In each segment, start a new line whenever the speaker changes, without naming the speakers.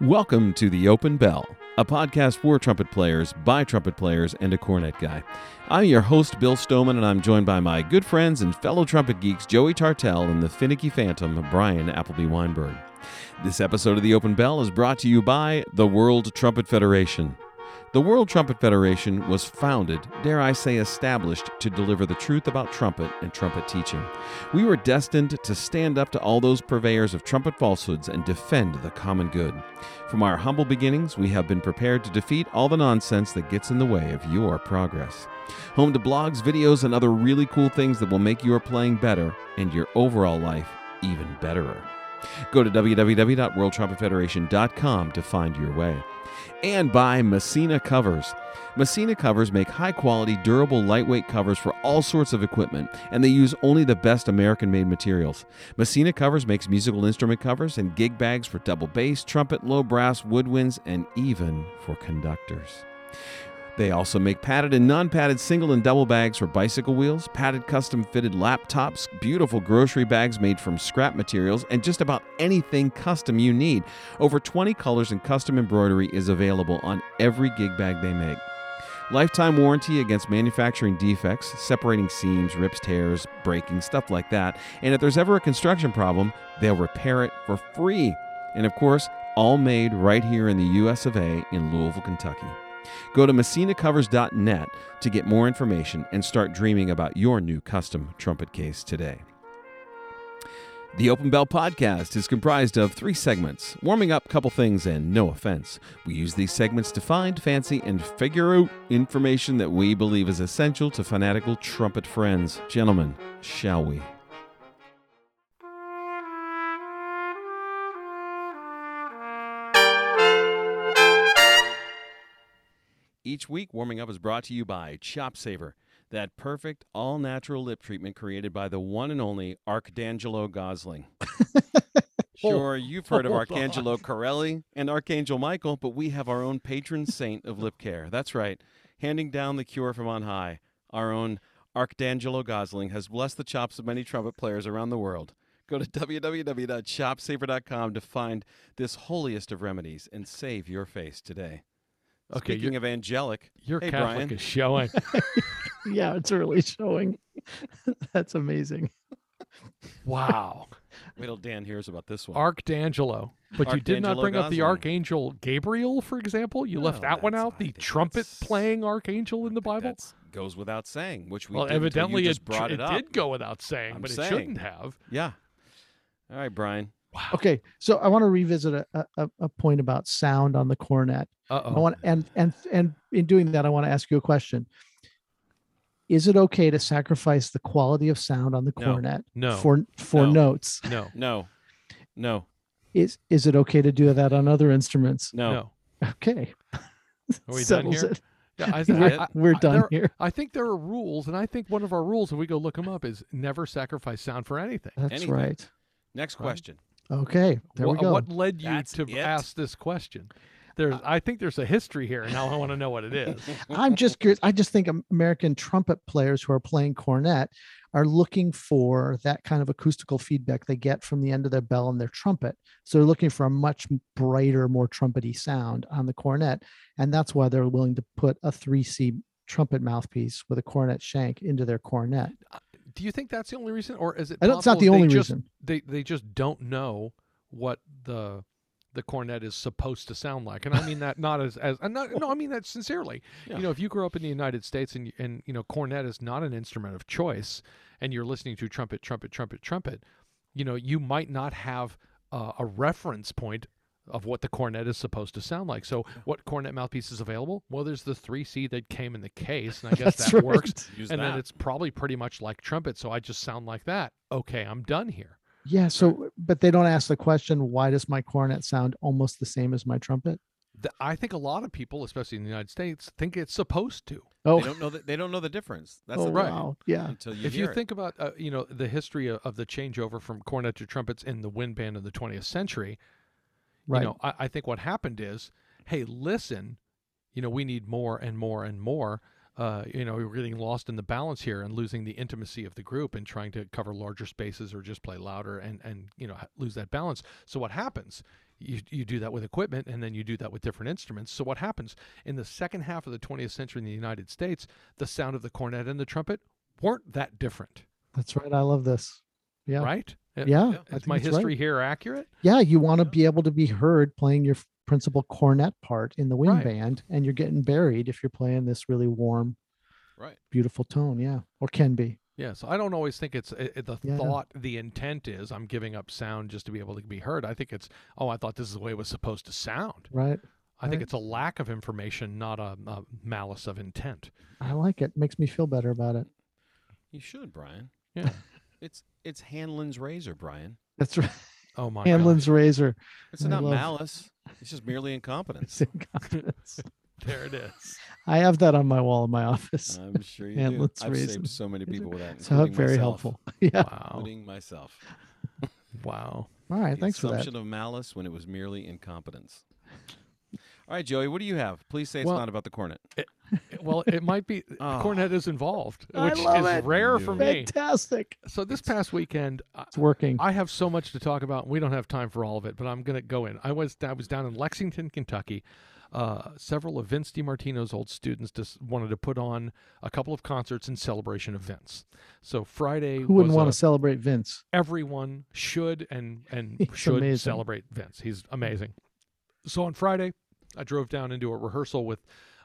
Welcome to The Open Bell, a podcast for trumpet players, by trumpet players, and a cornet guy. I'm your host, Bill Stoneman, and I'm joined by my good friends and fellow trumpet geeks, Joey Tartell and the finicky phantom, Brian Appleby Weinberg. This episode of The Open Bell is brought to you by the World Trumpet Federation. The World Trumpet Federation was founded, dare I say, established to deliver the truth about trumpet and trumpet teaching. We were destined to stand up to all those purveyors of trumpet falsehoods and defend the common good. From our humble beginnings, we have been prepared to defeat all the nonsense that gets in the way of your progress. Home to blogs, videos, and other really cool things that will make your playing better and your overall life even betterer. Go to www.worldtrumpetfederation.com to find your way and by Messina Covers. Messina Covers make high quality, durable, lightweight covers for all sorts of equipment, and they use only the best American made materials. Messina Covers makes musical instrument covers and gig bags for double bass, trumpet, low brass, woodwinds, and even for conductors. They also make padded and non padded single and double bags for bicycle wheels, padded custom fitted laptops, beautiful grocery bags made from scrap materials, and just about anything custom you need. Over 20 colors and custom embroidery is available on every gig bag they make. Lifetime warranty against manufacturing defects, separating seams, rips, tears, breaking, stuff like that. And if there's ever a construction problem, they'll repair it for free. And of course, all made right here in the US of A in Louisville, Kentucky. Go to messinacovers.net to get more information and start dreaming about your new custom trumpet case today. The Open Bell podcast is comprised of three segments warming up, couple things, and no offense. We use these segments to find, fancy, and figure out information that we believe is essential to fanatical trumpet friends. Gentlemen, shall we? Each week, Warming Up is brought to you by Chop Saver, that perfect all natural lip treatment created by the one and only Arcangelo Gosling.
Oh.
sure, you've heard of
hold on.
Arcangelo Corelli and Archangel Michael, but we have our own patron saint of lip care. That's right, handing down the cure from on high. Our own Arcangelo Gosling has blessed the chops of many trumpet players around the world. Go to www.chopsaver.com to find this holiest of remedies and save your face today.
Okay,
Speaking of angelic,
Your
Hey,
Catholic
Brian.
is showing.
yeah, it's really showing. That's amazing.
wow.
wait till Dan hears about this one.
Archangelo. But you did not
Arcangelo
bring up the
Gosling.
Archangel Gabriel, for example. You left
No,
that one
that's- I
out. The
think
trumpet
that's-
playing Archangel in the Bible.
That goes without saying, which we
well,
didn't, but you
evidently
just
it, tr-
brought
it,
it, up.
did go without saying,
I'm
but
saying.
it shouldn't have.
Yeah. All right, Brian.
Okay, so I want to revisit a, a- a, a point about sound on the cornet.
Uh
I want and and and in doing that, I want to ask you a question. Is it okay to sacrifice the quality of sound on the
No.
cornet
No.
for for
No.
notes?
No.
No. No.
Is is it okay to do that on other instruments?
No.
No.
Okay,
Are we done
settles
here?
it.
Yeah, I, th-
We're,
I, I,
we're
I-
done
there-
here.
I think there are rules, and I think one of our rules, if we go look them up, is never sacrifice sound for anything.
That's
anything.
right.
Next
Right.
question.
Okay, there
Wha-
we go.
What led you
That's
to
it?
ask this question? There's, I think there's a history here, and now I want to know what it is.
I'm just curious. I just think Am- American trumpet players who are playing cornet are looking for that kind of acoustical feedback they get from the end of their bell and their trumpet. So they're looking for a much m- brighter, more trumpety sound on the cornet. And that's why they're willing to put a 3C trumpet mouthpiece with a cornet shank into their cornet.
Do you think that's the only reason, or is it?
I don't, it's not
possible
the
they
only
just,
reason.
They they just don't know what the the cornet is supposed to sound like, and I mean that not as as and not, no, I mean that sincerely.
Yeah.
You know, if you grew up in the United States and you- and you know cornet is not an instrument of choice, and you're listening to trumpet, trumpet, trumpet, trumpet, you know, you might not have uh, a reference point of what the cornet is supposed to sound like. So, what cornet mouthpiece is available? Well, there's the three C that came in the case, and I guess that works
Use
and
that.
then it's probably pretty much like trumpet so i just sound like that okay i'm done here
Yeah. So, but they don't ask the question, why does my cornet sound almost the same as my trumpet?
Th- i think a lot of people especially in the united states think it's supposed to
Oh,
They don't know that they don't know the difference. That's
oh
the
right.
wow. Yeah.
Until you
if
hear
you think about uh, you know the history of, of the changeover from cornet to trumpets in the wind band of the 20th century
Right.
you know I, I think what happened is hey listen you know we need more and more and more uh, you know, we're getting lost in the balance here and losing the intimacy of the group and trying to cover larger spaces or just play louder and and you know ha- lose that balance. So what happens? You you do that with equipment and then you do that with different instruments. So what happens in the second half of the 20th century in the United States? The sound of the cornet and the trumpet weren't that different,
That's right. I love this. Yeah.
right? Uh,
Yeah, I
is
think
my
that's right.
history here accurate?
Yeah. You want to
Yeah.
be able to be heard playing your f- principal cornet part in the wind
Right.
band, and you're getting buried if you're playing this really warm,
Right.
beautiful tone. Yeah. Or can be.
Yeah, so I don't always think it's i i- the
Yeah.
thought, the intent is I'm giving up sound just to be able to be heard. I think it's, oh, I thought this is the way it was supposed to sound.
Right.
I think
Right.
it's a lack of information, not a, a malice of intent.
I like it. Makes me feel better about it.
You should, Brian.
Yeah.
It's it's Hanlon's razor, Brian.
That's right.
Oh my
Hanlon's razor.
It's
I
not
love-
malice. It's just merely incompetence.
It's incompetence.
God. There it is.
I have that on my wall in my office.
I'm sure you do.
Hanlon's
I've
razor.
saved so many
It's a-
people with that.
so
Uh, including
very
myself,
helpful. Yeah.
Wow.
Including myself.
Wow.
All right.
The
Thanks for that.
assumption of malice when it was merely incompetence. All right, Joey, what do you have? Please say it's
Well-
not about the cornet.
Well, it might be the
Ah.
cornet is involved,
I
which is
love it.
rare for
Knew
me.
Fantastic.
So this past weekend, I-
It's working.
I have so much to talk about. We don't have time for all of it, but I'm going to go in. I was I was down in Lexington, Kentucky. Uh, several of Vince DiMartino's old students just wanted to put on a couple of concerts and celebration events. So Friday,
Who wouldn't
was uh,
want
a-
to celebrate Vince?
everyone should and and
He's
should
amazing.
celebrate Vince. He's amazing. So on Friday, I drove down into a rehearsal with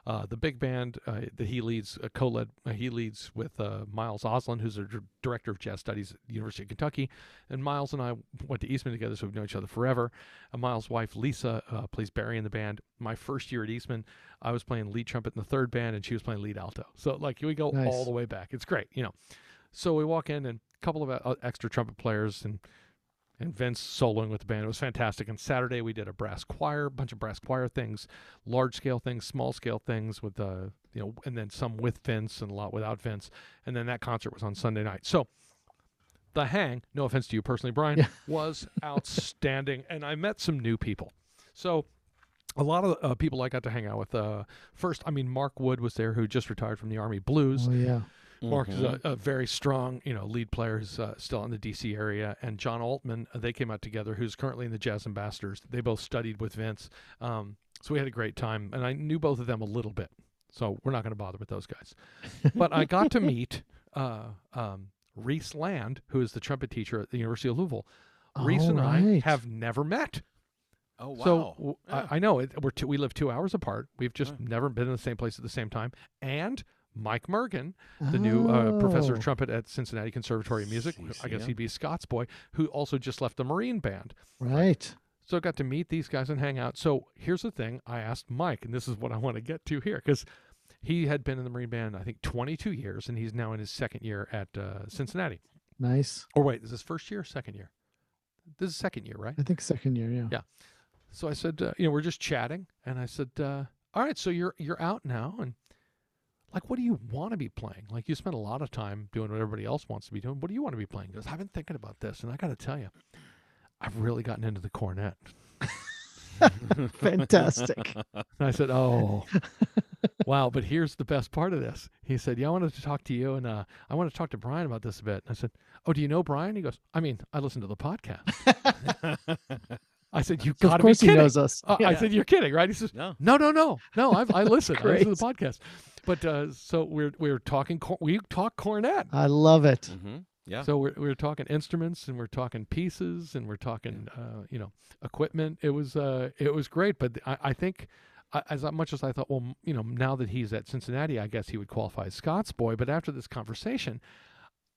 uh, the big band uh, that he leads, uh, co-led. Uh, he leads with uh, Miles Oslin, who's a dir- director of jazz studies at the University of Kentucky. And Miles and I went to Eastman together, so we've known each other forever. And Miles' wife Lisa uh, plays Barry in the band. My first year at Eastman, I was playing lead trumpet in the third band, and she was playing lead alto. So like we go
Nice.
all the way back. It's great, you know. So we walk in, and a couple of uh, extra trumpet players, and and Vince soloing with the band. It was fantastic. And Saturday we did a brass choir, a bunch of brass choir things, large scale things, small scale things with uh, you know, and then some with Vince and a lot without Vince. And then that concert was on Sunday night. So the hang, no offense to you personally, Brian,
Yeah.
was outstanding. And I met some new people. So a lot of uh, people I got to hang out with. Uh, first, I mean, Mark Wood was there, who just retired from the Army Blues.
Oh yeah.
Mark is
Mhm.
a, a very strong, you know, lead player who's uh, still in the D.C. area, and John Altman. uh, They came out together, who's currently in the Jazz Ambassadors. They both studied with Vince, um, so we had a great time, and I knew both of them a little bit. So we're not going to bother with those guys, but I got to meet uh, um, Reese Land, who is the trumpet teacher at the University of Louisville. Reese
All
and I
right.
have never met.
Oh wow.
So w I
Yeah.
I, I know it, we're two, we live two hours apart. We've just
Right.
never been in the same place at the same time. And Mike Mergen, the new uh, professor of
Oh,
trumpet at Cincinnati Conservatory of Music, who- I guess
CCM.
he'd be Scots boy, who also just left the Marine Band.
Right.
So I got to meet these guys and hang out. So here's the thing I asked Mike, and this is what I want to get to here, because he had been in the Marine Band, I think, 22 years, and he's now in his second year at uh, Cincinnati.
Nice.
Or wait, is this first year or second year? This is second year, right?
I think second year. Yeah.
Yeah. So I said, uh, you know, we're just chatting, and I said, uh, all right, so you're you're out now, and like, what do you want to be playing? Like, you spend a lot of time doing what everybody else wants to be doing. What do you want to be playing? He goes, I've been thinking about this, and I got to tell you, I've really gotten into the cornet.
Fantastic.
And I said, oh, wow. But here's the best part of this. He said, yeah, I wanted to talk to you, and uh, I want to talk to Brian about this a bit. And I said, oh, do you know Brian? He goes, I mean, I listen to the podcast. I said, you
So
got to
of
be
course he
kidding.
knows us.
Uh, I
Yeah.
said, "You're kidding, right?" He says,
no.
No, no, no, no. I've, I listen. I listen to the
Great.
podcast. But uh, so we're we're talking. cor- We talk cornet.
I love it.
Mm.
hmm Yeah.
So we're we're talking instruments and we're talking pieces and we're talking uh, you know equipment. It was uh it was great. But I, I think I, as uh, much as I thought, well, you know, now that he's at Cincinnati, I guess he would qualify as Scott's boy. But after this conversation.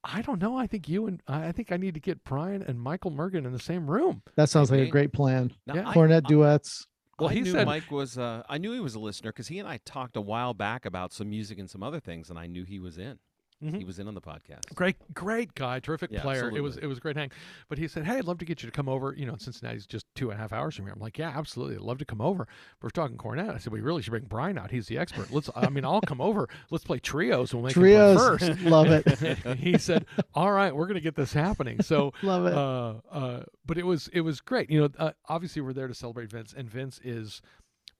I don't know. I think you and I I think I need to get Brian and Michael Mergen in the same room.
That sounds like a
Maybe.
great plan.
Now,
yeah.
I-
Cornet
I-
duets.
Well,
I
he
knew
said-
Mike was. Uh, I knew he was a listener because he and I talked a while back about some music and some other things, and I knew he was in.
Mhm.
He was in on the podcast.
Great, great guy, terrific
Yeah,
player. It was
absolutely.
it was a great hang. But he said, "Hey, I'd love to get you to come over. You know, Cincinnati's just two and a half hours from here." I'm like, "Yeah, absolutely. I'd love to come over." We're talking cornet. I said, "We really should bring Brian out. He's the expert. Let's. I mean, I'll come over. Let's play trios. We'll make him play
Trios.
first.
love it.
he said, "All right, we're gonna get this happening." So
Love it.
uh, uh, but it was it was great. You know, uh, obviously we're there to celebrate Vince, and Vince is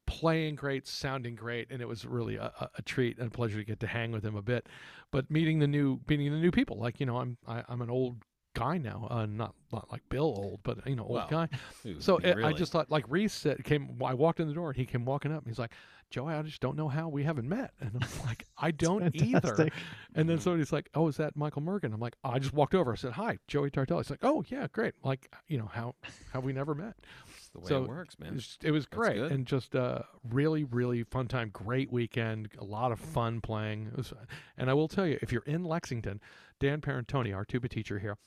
playing great, sounding great, and it was really a, a- a treat and a pleasure to get to hang with him a bit. But meeting the new meeting the new people, like you know, I'm I, I'm an old guy now, uh, not not like Bill old, but you know, old
Well,
guy.
Ooh,
So
I mean,
it, I
really.
just thought, like Reese said, came. I walked in the door and he came walking up. And he's like, "Joe, I just don't know how we haven't met." And I'm like, "I don't either."
Fantastic.
And then
Mhm.
somebody's like, "Oh, is that Michael Morgan?" I'm like, "I just walked over." I said, "Hi, Joey Tartell." He's like, "Oh yeah, great. Like, you know, how have we never met?"
It's the way
so
it works,
It
man.
was, it was great
good.
and just uh, really, really fun time. Great weekend. A lot of fun playing. It was, and I will tell you, if you're in Lexington, Dan Parentoni, our tuba teacher here,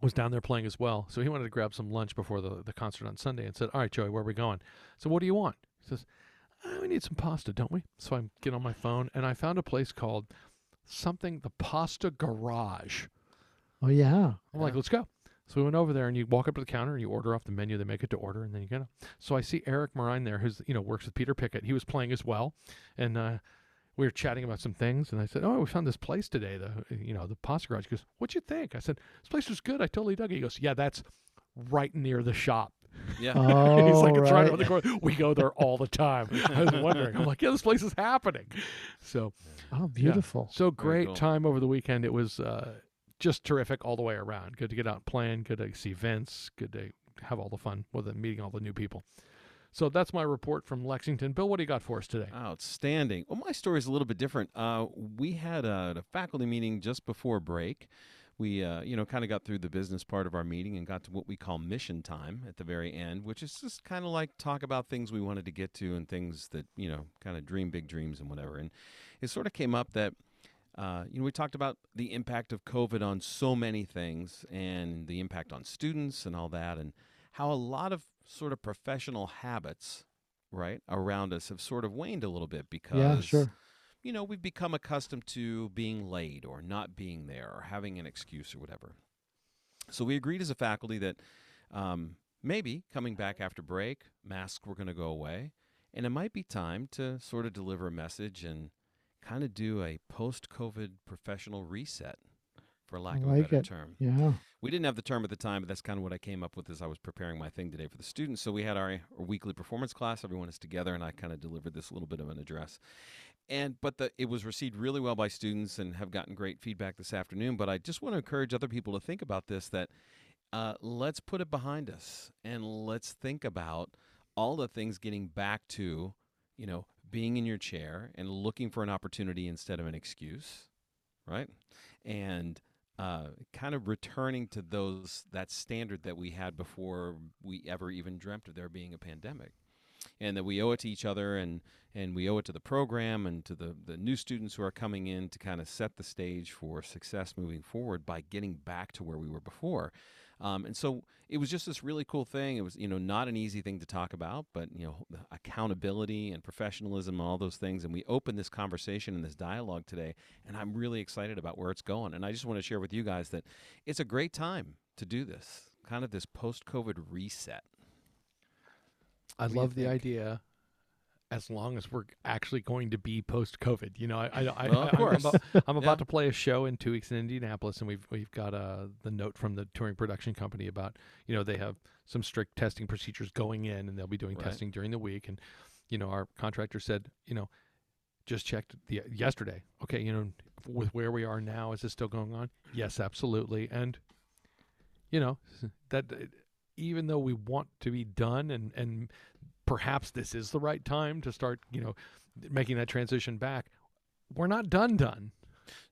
was down there playing as well. So he wanted to grab some lunch before the, the concert on Sunday and said, All right, Joey, where are we going? So what do you want? He says, "Uh, We need some pasta, don't we? So I get on my phone and I found a place called something, the Pasta Garage.
Oh yeah.
I'm like,
Yeah.
let's go. So we went over there, and you walk up to the counter, and you order off the menu. They make it to order, and then you get. Up. So I see Eric Marine there, who's you know works with Peter Pickett. He was playing as well, and uh, we were chatting about some things. And I said, "Oh, we found this place today, the you know the pasta garage." He goes, "What'd you think?" I said, "This place was good. I totally dug it." He goes, "Yeah, that's right near the shop." uh,
yeah.
Oh,
He's like, "It's right,
right.
around the corner. We go there all the time." I was wondering. I'm like, "Yeah, this place is happening." So
Oh, beautiful.
so
Very
great
cool.
time over the weekend. It was uh, just terrific all the way around. Good to get out and plan. Good to see Vince. Good to have all the fun with it, meeting all the new people. So that's my report from Lexington. Bill, what do you got for us today?
Outstanding. Well, my story's a little bit different. Uh, we had a, a faculty meeting just before break. We, uh, you know, kind of got through the business part of our meeting and got to what we call mission time at the very end, which is just kind of like talk about things we wanted to get to and things that, you know, kind of dream big dreams and whatever. And it sort of came up that, uh, you know, we talked about the impact of COVID on so many things and the impact on students and all that, and how a lot of sort of professional habits right around us have sort of waned a little bit because
yeah, sure.
you know we've become accustomed to being late or not being there or having an excuse or whatever so we agreed as a faculty that um, maybe coming back after break masks were going to go away and it might be time to sort of deliver a message and kind of do a post-covid professional reset for lack of a
like
better
it.
term
Yeah.
we didn't have the term at the time, but that's kind of what I came up with as I was preparing my thing today for the students. So we had our, our weekly performance class. Everyone is together, and I kind of delivered this little bit of an address. And but the, it was received really well by students, and have gotten great feedback this afternoon. But I just want to encourage other people to think about this: that uh, let's put it behind us, and let's think about all the things getting back to, you know, being in your chair and looking for an opportunity instead of an excuse, right? And uh, kind of returning to those that standard that we had before we ever even dreamt of there being a pandemic and that we owe it to each other and and we owe it to the program and to the the new students who are coming in to kind of set the stage for success moving forward by getting back to where we were before um, and so it was just this really cool thing it was you know not an easy thing to talk about but you know the accountability and professionalism and all those things and we opened this conversation and this dialogue today and i'm really excited about where it's going and i just want to share with you guys that it's a great time to do this kind of this post-covid reset
I
do you
love the
think?
idea. As long as we're actually going to be post COVID, you know, I, I, I,
Well, of
I- I'm
course.
about- I'm about,
Yeah.
to play a show in two weeks in Indianapolis, and we've we've got uh, the note from the touring production company about you know they have some strict testing procedures going in, and they'll be doing
Right.
testing during the week. And you know, our contractor said, you know, just checked the yesterday. Okay, you know, with where we are now, is this still going on? Yes, absolutely. And you know that even though we want to be done and and perhaps this is the right time to start you know making that transition back we're not done done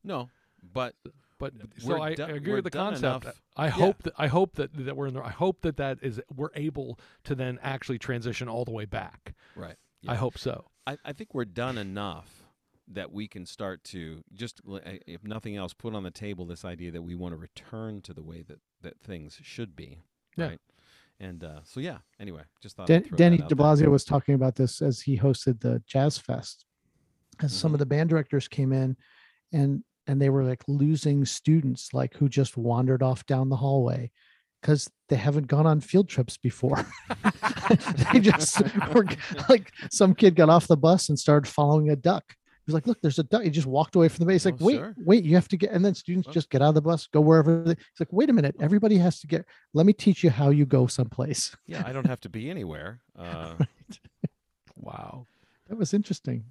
no but
but
But
so
Uh, we're
I, I
done-
agree
we're
with the
done
concept.
enough.
I hope that I hope that that we're in the I hope that that is we're able to then actually transition all the way back.
right
I hope so.
I, I think we're done enough that we can start to just, l- i- if nothing else, put on the table this idea that we want to return to the way that, that things should be.
Yeah.
Right. And uh, so, yeah, anyway, just thought.
Dan-
I'd throw
Danny
that out
De
there.
Blasio was talking about this as he hosted the Jazz Fest. As some
Mm-hmm.
of the band directors came in, and and they were like losing students, like who just wandered off down the hallway because they haven't gone on field trips before. they just were g- like some kid got off the bus and started following a duck. He was like, "Look, there's a duck." He just walked away from the base. Like,
Oh,
wait,
sure.
wait, you have to get. And then students
Well-
just get out of the bus, go wherever. They, it's like, wait a minute, everybody has to get. Let me teach you how you go someplace.
Yeah, I don't have to be anywhere. Uh,
Wow.
That was interesting.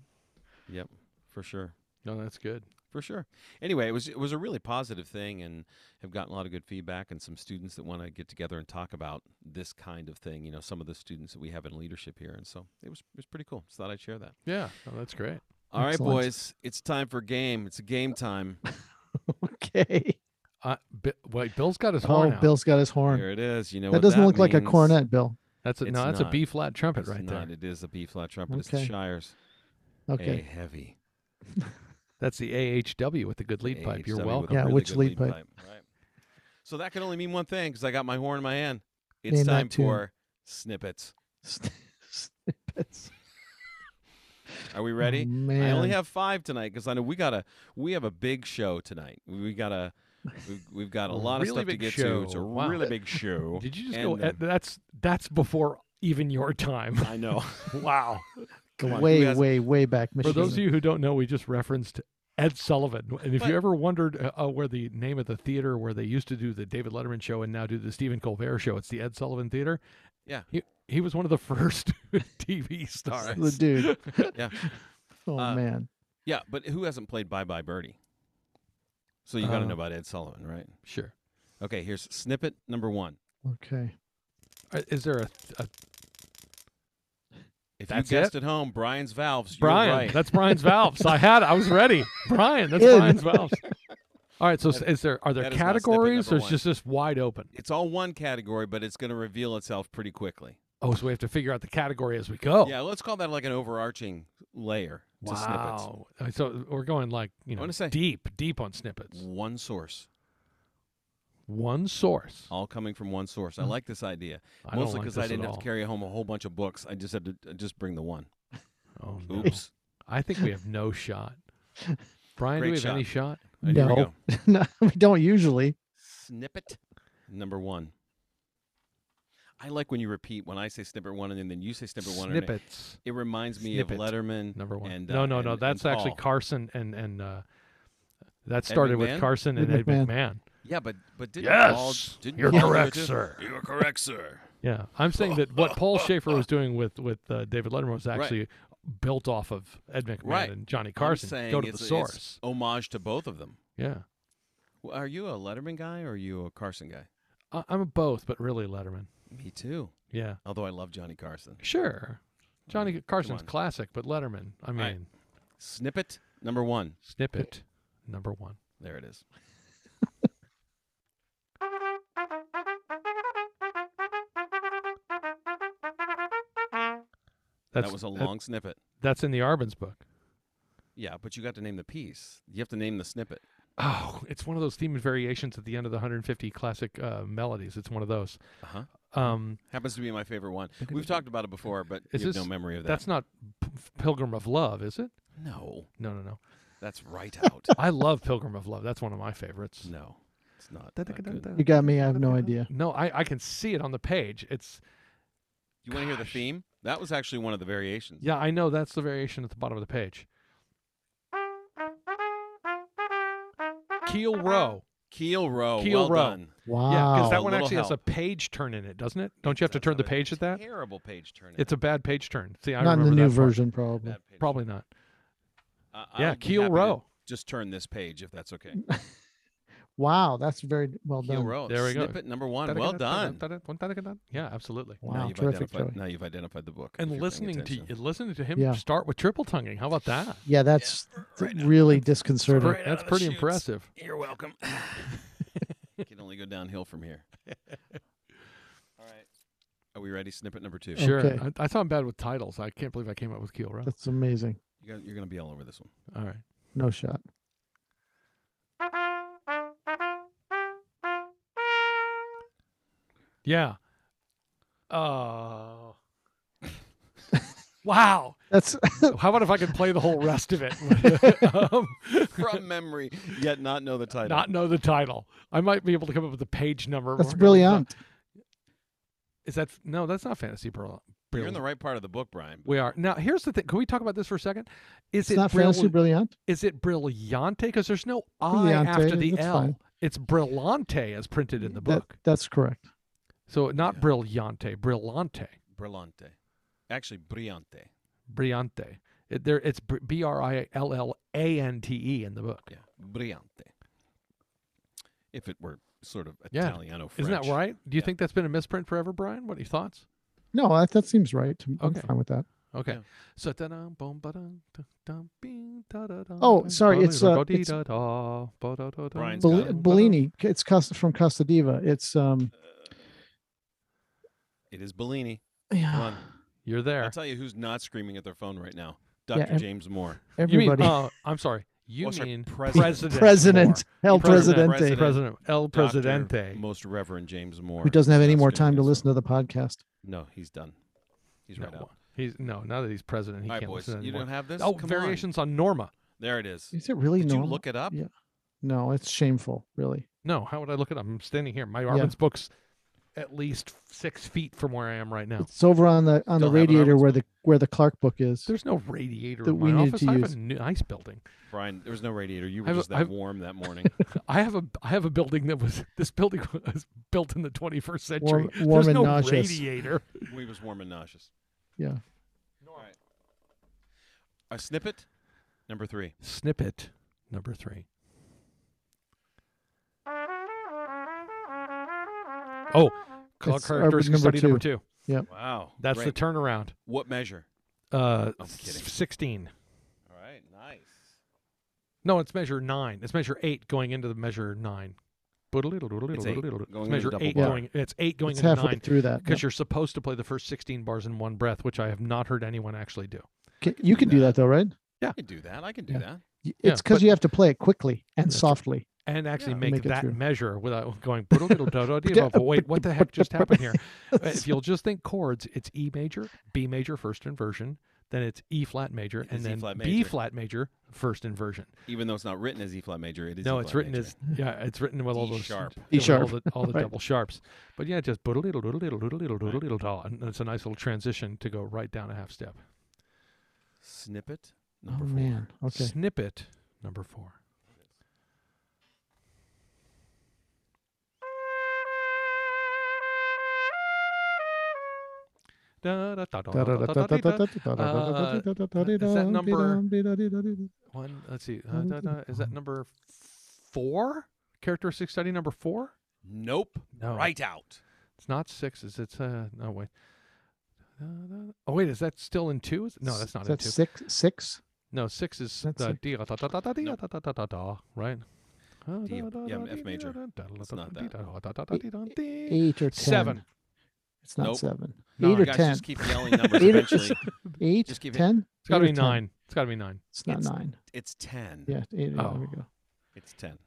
Yep, for sure.
No, that's good.
For sure. Anyway, it was it was a really positive thing, and have gotten a lot of good feedback, and some students that want to get together and talk about this kind of thing. You know, some of the students that we have in leadership here, and so it was it was pretty cool. Just thought I'd share that.
Yeah. No, that's great.
All right,
Excellent.
boys, it's time for game. It's game time.
okay.
Uh, Bi- wait, Bill's got his
Oh,
horn out.
Bill's got his horn.
Here it is. You know
that
what
doesn't look like a
means.
cornet, Bill.
That's a,
It's
no, that's a
not.
B flat trumpet
It's
right
not.
there.
It is the B flat trumpet. It's the
Okay.
Shires. A
Okay.
heavy.
That's the AHW with the good lead pipe.
AHW
You're
with
welcome.
a
Yeah,
really
which
good
lead pipe?
Right. So that can only mean one thing because I got my horn in my hand. It's
Name that
time
tune.
for snippets.
Snippets. Oh,
Are we ready?
Man.
I only have five tonight because I know we got a we have a big show tonight. We got a we've, we've got a
A
lot of stuff
really
to
big
get to. It's a
show. Wow.
really big show.
Did you just
And,
go?
uh,
eh, that's that's before even your time.
I know.
wow.
Come on, who
way,
has-
way, way back.
For
Michigan.
those of you who don't know, we just referenced Ed Sullivan. And if
But-
you ever wondered uh, uh, where the name of the theater where they used to do the David Letterman show and now do the Stephen Colbert show, it's the Ed Sullivan Theater.
Yeah.
He, he was one of the first TV stars.
the dude.
Yeah.
Oh
Uh,
man.
Yeah, but who hasn't played Bye Bye Birdie? So you got to
Uh,
know about Ed Sullivan, right?
Sure.
Okay, here's snippet number one.
Okay.
Uh, Is there a, a
If
That's
you guessed
it?
at home, Brian's valves. You're
Brian?
right.
That's Brian's valves. I had. I was ready. Brian. That's
Ed.
Brian's valves. All right. So
That-
is there are there
that is not snippet number
categories or is
one.
just this wide open?
it's all one category, but it's going to reveal itself pretty quickly.
Oh, so we have to figure out the category as we go.
Yeah, let's call that like an overarching layer to snippets.
Wow. Uh, So we're going like you know
wanna say-
deep, deep on snippets.
One source,
One source.
all coming from one source. I
Mm.
like this idea.
I don't
Oh, Mostly
like
because
this
I
at
didn't have
all.
to carry home a whole bunch of books. I just had to uh, just bring the one.
Oh, no.
Oops.
I think we have no shot. Brian,
Great
do we have any shot?
Uh, here we
No.
go.
no, we don't usually.
Snippet number one. I like when you repeat when I say snippet one and then you say snippet one. and it-
Snippets.
It reminds me
Snippet.
of Letterman.
Number one.
And,
no,
uh,
no, no.
and- and
That's actually
Paul.
Carson and and uh, that started with
McMahon?
Carson
Ed
and Ed
McMahon.
McMahon.
Yeah, but but didn't Paul,
Yes,
didn't
you're
Paul do it
correct,
too?
sir.
You are correct, sir.
Yeah, I'm saying that what Paul Schaefer was doing with with uh, David Letterman was actually built off of Ed McMahon
Right.
and Johnny
I'm
Carson.
saying
Go to the
it's-
source.
It's homage to both of them.
Yeah,
Well, are you a Letterman guy or are you a Carson guy?
I, I'm a both, but really Letterman.
Me too.
Yeah,
Although I love Johnny Carson.
sure. Johnny Carson's
Mm. on.
classic, but Letterman. I mean,
right. Snippet number one.
snippet number one.
There it is.
That's
that was a
that-
long snippet.
that's in the Arbenz book.
Yeah, but you got to name the piece. You have to name the snippet.
Oh, it's one of those theme and variations at the end of the 150 classic uh, melodies. It's one of those.
Uh huh.
Um,
Happens to be my favorite one. We've talked about it before, but
Is
you have no
this-
memory of that.
that's not P- Pilgrim of Love, is it?
no.
No, no, no.
That's right out.
I love Pilgrim of Love. That's one of my favorites.
no, it's not. not good.
You
You
got me. I have no idea.
No, I, I can see it on the page. It's
You want to hear the
Gosh.
theme? That was actually one of the variations.
yeah, I know that's the variation at the bottom of the page. Keel Row.
Keel Row.
Keel
well
Row.
done.
Wow.
Yeah, because that
A
one
little
actually has a
help.
page turn in it, doesn't it? Don't you have to
That's
turn the
a
page at that?
Terrible page turn.
It's a bad page turn. See, I
Not in the
remember
new
that part.
version, probably.
Bad page
Probably not.
turn. I- I
yeah,
would be
Keel
happy to
Row.
Just turn this page if that's okay.
Wow, that's very well
Keel
done.
Row.
There we go.
Snippet number one. Well done.
Yeah, absolutely.
Wow,
now, you've
terrific,
identified,
Joey.
now you've identified the book. if
And
you're paying
listening to
attention.
listening to him
Yeah.
start with triple tonguing. How about that?
Yeah, that's
right now.
really disconcerting.
Right out
That's
of the
pretty
chutes.
impressive.
You're welcome. Can only go downhill from here. All right. Are we ready? Snippet number two.
Sure.
Okay.
I, I thought I'm bad with titles. I can't believe I came up with Keel Row.
That's amazing.
You got, you're going to be all over this one.
All right.
No shot.
Yeah. Oh. wow.
That's
How about if I could play the whole rest of it? um,
From memory, yet not know the title.
not know the title. I might be able to come up with a page number.
that's
We're-
brilliant.
Is that no? That's not fantasy Brilliant.
you're in the right part of the book, Brian.
We are now. Here's the thing. Can we talk about this for a second? Is
It's
it
not
bril-
fantasy brilliant.
Is it brillante? Because there's no I after
Brillante,
the
that's
L.
fine.
It's brillante as printed in the
That-
book.
that's correct.
so not
Yeah.
brillante, brillante,
Brillante. Actually, Briante.
Briante. It, there, it's B R I L L A N T E in the book.
Yeah, brillante. If it were sort of
Yeah.
Italiano French.
Isn't that right? Do you
Yeah.
think that's been a misprint forever, Brian? What are your thoughts?
No, that, that seems right. I'm I'm
Okay.
fine with that.
Okay.
Yeah.
So da-dum, bum, ba-dum, da-dum, bing, da-da-dum,
Oh,
bum,
sorry, it's, uh,
ba-dee,
it's-
da-da, ba-da-da-dum,
Brian's
Bel-
got it.
da-dum,
Bellini, it's cus- from Costa Diva. It's um,
It is Bellini. Come
yeah,
on.
You're
I'll
there.
tell you who's not screaming at their phone right now.
Yeah,
Dr.
ev-
James Moore.
You mean,
everybody.
uh, I'm sorry. You
Oh, sorry,
mean
President.
President.
President, El
President.
President.
Presidente,
President. El
Dr.
Presidente.
Most Reverend James Moore.
who doesn't have any
That's
more
gonna
time
be
to
his-
listen to the podcast.
No, he's done. He's right
No,
out.
he's, no, now that he's president, he
All right,
can't
boys.
listen
You
anymore.
don't have this?
Oh,
Come on.
variations on Norma.
There it is.
Is it really
Did you
normal?
look it up?
Yeah. no, it's shameful, really.
No, how would I look at them? I'm standing here. My Arvin's book's at least six feet from where I am right now.
It's over on the
Still
on
have
the
it on
radiator
its-
where the where the Clark book is.
There's no radiator
That
in
we
my
needed
office.
to
I
use.
have a new nice building.
Brian, there was no radiator. You were
I've-
just that
I've-
warm that morning.
I have a I have a building that was this building was built in the 21st century.
Warm- warm
There's
and
no
nauseous.
radiator.
we was warm and nauseous.
yeah.
All right. A snippet? Number three.
Snippet number three. Oh, clock
That's our
characteristic
number
study number
two.
two.
Wow.
That's the
Great.
turnaround.
What measure?
Uh,
I'm kidding.
16.
All right. Nice.
No, it's measure nine. It's measure eight going into the measure nine. It's
eight going
it's
into
measure
double
eight
bar.
going. It's eight going
it's
into
halfway
nine
through that.
because you're supposed to play the first 16 bars in one breath, which I have not heard anyone actually do.
Ca- you
do
can do
that.
that though, right?
I can do that. I can do
Yeah.
that.
Y-
Yeah,
It's because
but-
you have to play it quickly and
That's-
softly.
And actually
Yeah,
make,
make it
that
through.
measure without going. But wait, what the heck just happened here? If you'll just think chords, it's E major, B major, first inversion, then it's E flat major,
It
and
is E
then
flat
B
major.
flat major, first inversion.
Even though it's not written as E flat major, it is.
no,
E
it's
flat
written
major.
as yeah, it's written with all
D
those
sharp.
yeah,
D
with all
sharp.
the, all the
Right.
double sharps. But yeah, just doodle doodle doodle doodle doodle doodle doodle doodle, and it's a nice little transition to go right down a half step.
snippet
Oh
number four.
man. Okay.
Snippet number four. Da, da, da, da, da, da, da, da, da. that number- One, let's see. uh, da, da, Is that number four? Characteristic study number four?
Nope.
No,
Right out.
It's not six. Is it's uh no wait. Da, da. Oh wait, is that still in two? Is it- No, that's not in
That's
two.
six. Six.
No, six is
That's
the
six.
D da da da da da da da da da da right.
D- yeah, F major. It's not that.
Eight or ten.
Seven.
It's not
Nope.
seven.
No,
Eight
you
or
guys
ten.
just keep yelling numbers
Eight or-
eventually.
Eight.
just keep it-
ten.
It's got to
Eight
be
or 10?
nine. It's got to be nine.
It's not
It's-
nine.
It's 10.
Yeah. Eight. yeah, There we
Oh.
go.
It's 10.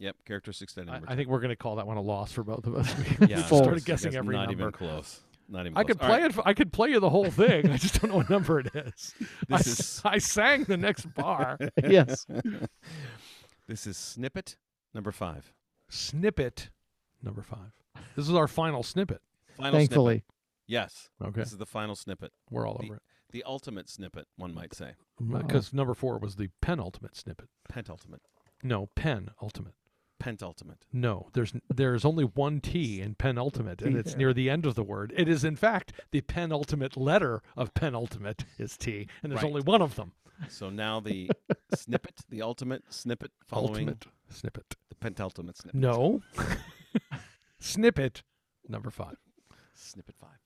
Yep. Characteristic study
I,
number
I think we're going to call that one a loss for both of us.
two.
yeah,
Yeah,
Full.
started
that's-
guessing
that's
every
not
number.
even close. Not even
I
close.
could
All
play
right,
it. For, I could play you the whole thing. I just don't know what number it is. I,
This
s-
is,
I sang the next bar.
Yes.
this is snippet number five.
snippet number five. This is our final snippet.
Final snippet.
Thankfully.
Yes.
Okay,
This is the final snippet.
we're all
The-
over it
The ultimate snippet, one might say.
Wow.
because number four was the penultimate snippet.
Pentultimate.
No, pen ultimate.
Pentultimate.
No, there's there's only one T in penultimate, and it's
Yeah.
near the end of the word. It is in fact the penultimate letter of penultimate is T, and there's
Right.
only one of them.
So now the snippet, the ultimate snippet following
Ultimate snippet.
the pentultimate snippet.
No, snippet number five.
Snippet five.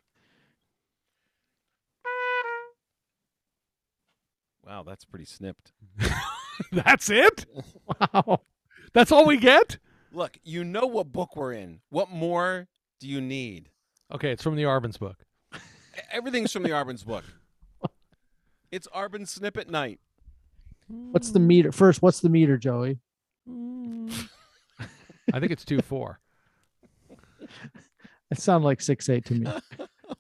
Wow, that's pretty snipped.
That's it. Wow, that's all we get.
Look, you know what book we're in. What more do you need?
Okay, it's from the Arbenz book.
E- Everything's from the Arbenz book. It's Arbenz snippet night.
What's the meter? First, what's the meter, Joey?
I think it's two four.
It sounded like six eight to me.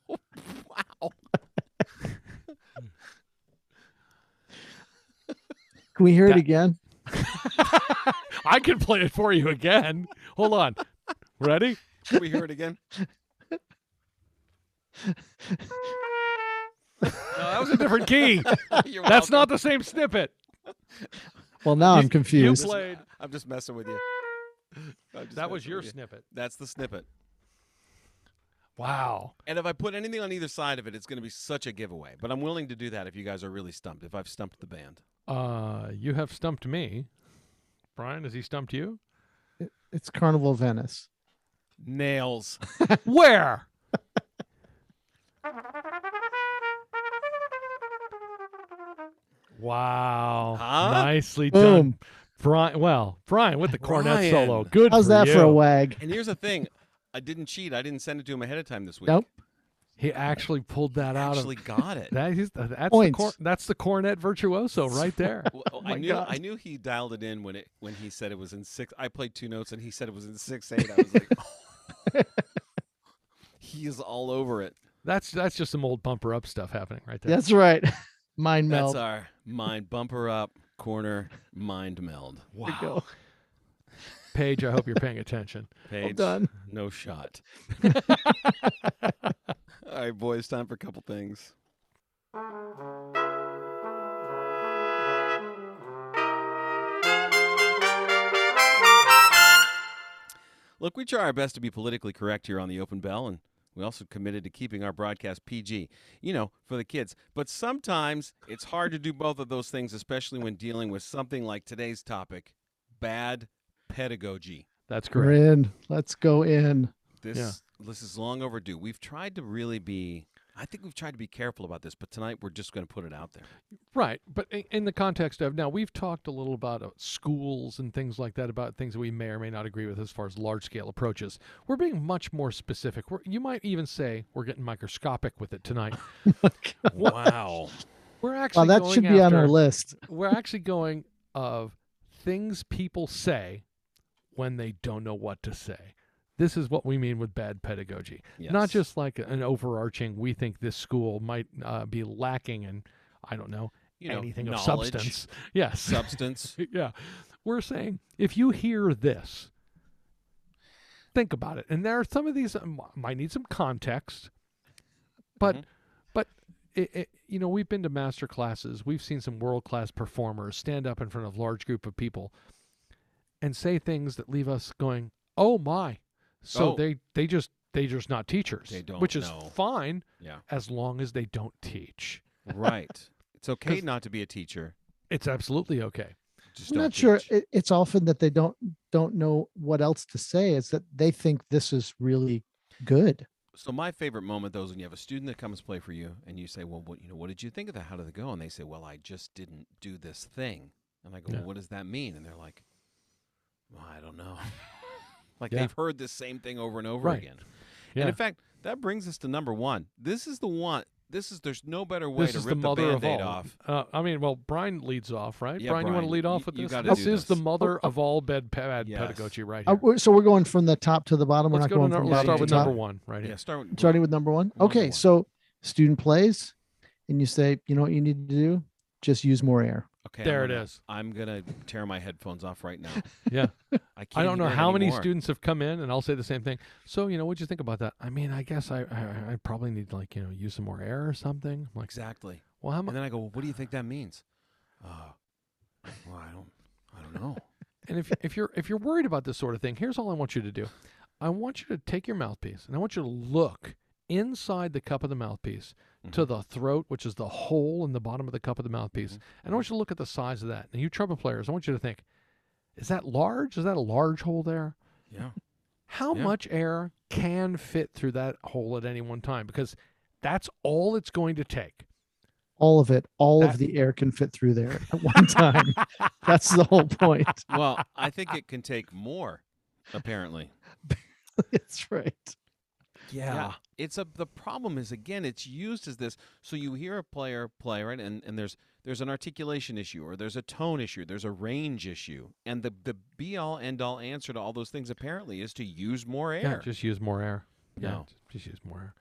Wow.
Can we hear
That-
it again?
I can play it for you again. Hold on. Ready?
Can we hear it again?
No, that was a different key.
You're welcome.
That's not the same snippet.
Well, now
You-
I'm confused.
Just- uh,
played-
I'm just messing with you. I'm just
That was
messing
your
with you.
snippet.
That's the snippet.
Wow.
And if I put anything on either side of it, it's going to be such a giveaway. But I'm willing to do that if you guys are really stumped, if I've stumped the band.
Uh, you have stumped me. Brian, has he stumped you?
It's Carnival Venice.
Nails.
Where? wow.
Huh?
Nicely done.
Boom.
Brian, well, Brian with the cornet
Brian.
solo. Good
How's
for
that
you.
for a wag?
And here's the thing I didn't cheat. I didn't send it to him ahead of time this week.
Nope.
He actually pulled that
I
out
actually
of
got it.
that is that's the
Points.
cor- that's the cornet virtuoso right there.
Well,
my
I knew
God.
I knew he dialed it in when it when he said it was in six. I played two notes and he said it was in six eight. I was like, he is all over it.
That's that's just some old bumper up stuff happening right there.
That's right. Mind meld.
That's our mind bumper up corner mind meld.
There you go.
Paige, I hope you're paying attention.
Well
Page,
done.
no shot. all right, boys, time for a couple things. Look, we try our best to be politically correct here on the Open Bell, and we also committed to keeping our broadcast PG, you know, for the kids. But sometimes it's hard to do both of those things, especially when dealing with something like today's topic bad pedagogy.
That's
We're
great.
in. Let's go in.
This,
Yeah.
this is long overdue. We've tried to really be, I think we've tried to be careful about this, but tonight we're just going to put it out there.
Right, but i- in the context of now, we've talked a little about uh, schools and things like that, about things that we may or may not agree with as far as large scale approaches. We're being much more specific. We're, you might even say we're getting microscopic with it tonight.
Wow.
We're
Wow,
actually
that
going
should be on our
after-
list.
We're actually going of things people say when they don't know what to say. This is what we mean with bad pedagogy. Not
Yes.
just like an overarching, we think this school might uh, be lacking in, I don't know,
you know,
anything of
knowledge,
substance. Yes.
Substance.
yeah. We're saying if you hear this, think about it. And there are some of these that m- might need some context, but
Mhm.
but it, it, you know we've been to master classes, we've seen some world class performers stand up in front of large group of people and say things that leave us going, "Oh my!" So
Oh.
they they just they just not teachers,
They don't
which is
know.
fine
Yeah.
as long as they don't teach.
Right. It's okay
'Cause-
not to be a teacher.
It's absolutely okay.
Just
I'm
don't
not sure.
teach.
It, it's often that they don't don't know what else to say. It's that they think this is really good.
So my favorite moment though is when you have a student that comes play for you and you say, "Well, what you know, what did you think of that? How did it go?" And they say, "Well, I just didn't do this thing." And I go,
Yeah.
"Well, what does that mean?" And they're like, well, "I don't know." like
Yeah.
they've heard this same thing over and over
Right.
again.
Yeah.
And in fact, that brings us to number 1. This is the one. This is there's no better way
this
to
is
rip
the mother of
band-aid
all.
off.
Uh, I mean, well, Brian leads off, right?
Yeah,
Brian, you want to
Brian,
lead
you-
off with
you
this?
gotta
this
do
is
this.
the mother of all bed bad
Yes.
pedagogy, right
Are
here.
we- so Uh, we're going from the top to the bottom. We're
Let's go
not
to
going
number,
from
let's
bottom
start
to
with
top.
number one, right
Yeah,
here.
start with
Starting with number one.
Number
okay,
one.
so student plays, and you say, you know what you need to do? Just use more air.
Okay.
There
I'm
it
gonna-
is.
I'm going to tear my headphones off right now.
Yeah.
I can't
I don't know
hear it
how many
anymore.
students have come in, and I'll say the same thing. So, you know, what'd you think about that? I mean, I guess I, I, I probably need to, like, you know, use some more air or something. I'm like,
Exactly.
well, how much?
And then I go, well, "What do you think that means?" Uh, well, I don't I don't know.
and if if you're if you're worried about this sort of thing, here's all I want you to do. I want you to take your mouthpiece and I want you to look inside the cup of the mouthpiece to the throat, which is the hole in the bottom of the cup of the mouthpiece. And I want you to look at the size of that. And you trumpet players, I want you to think, is that large? Is that a large hole there?
Yeah.
How
Yeah.
much air can fit through that hole at any one time? Because that's all it's going to take.
All of it. All of
That-
the air can fit through there at one time. That's the whole point.
well, I think it can take more, apparently.
That's right.
It's a the problem is again, it's used as this. So you hear a player play, right? And and there's there's an articulation issue or there's a tone issue, there's a range issue. And the the be all end all answer to all those things apparently is to use more air.
Yeah, just use more air. Yeah,
No.
j- just use more air.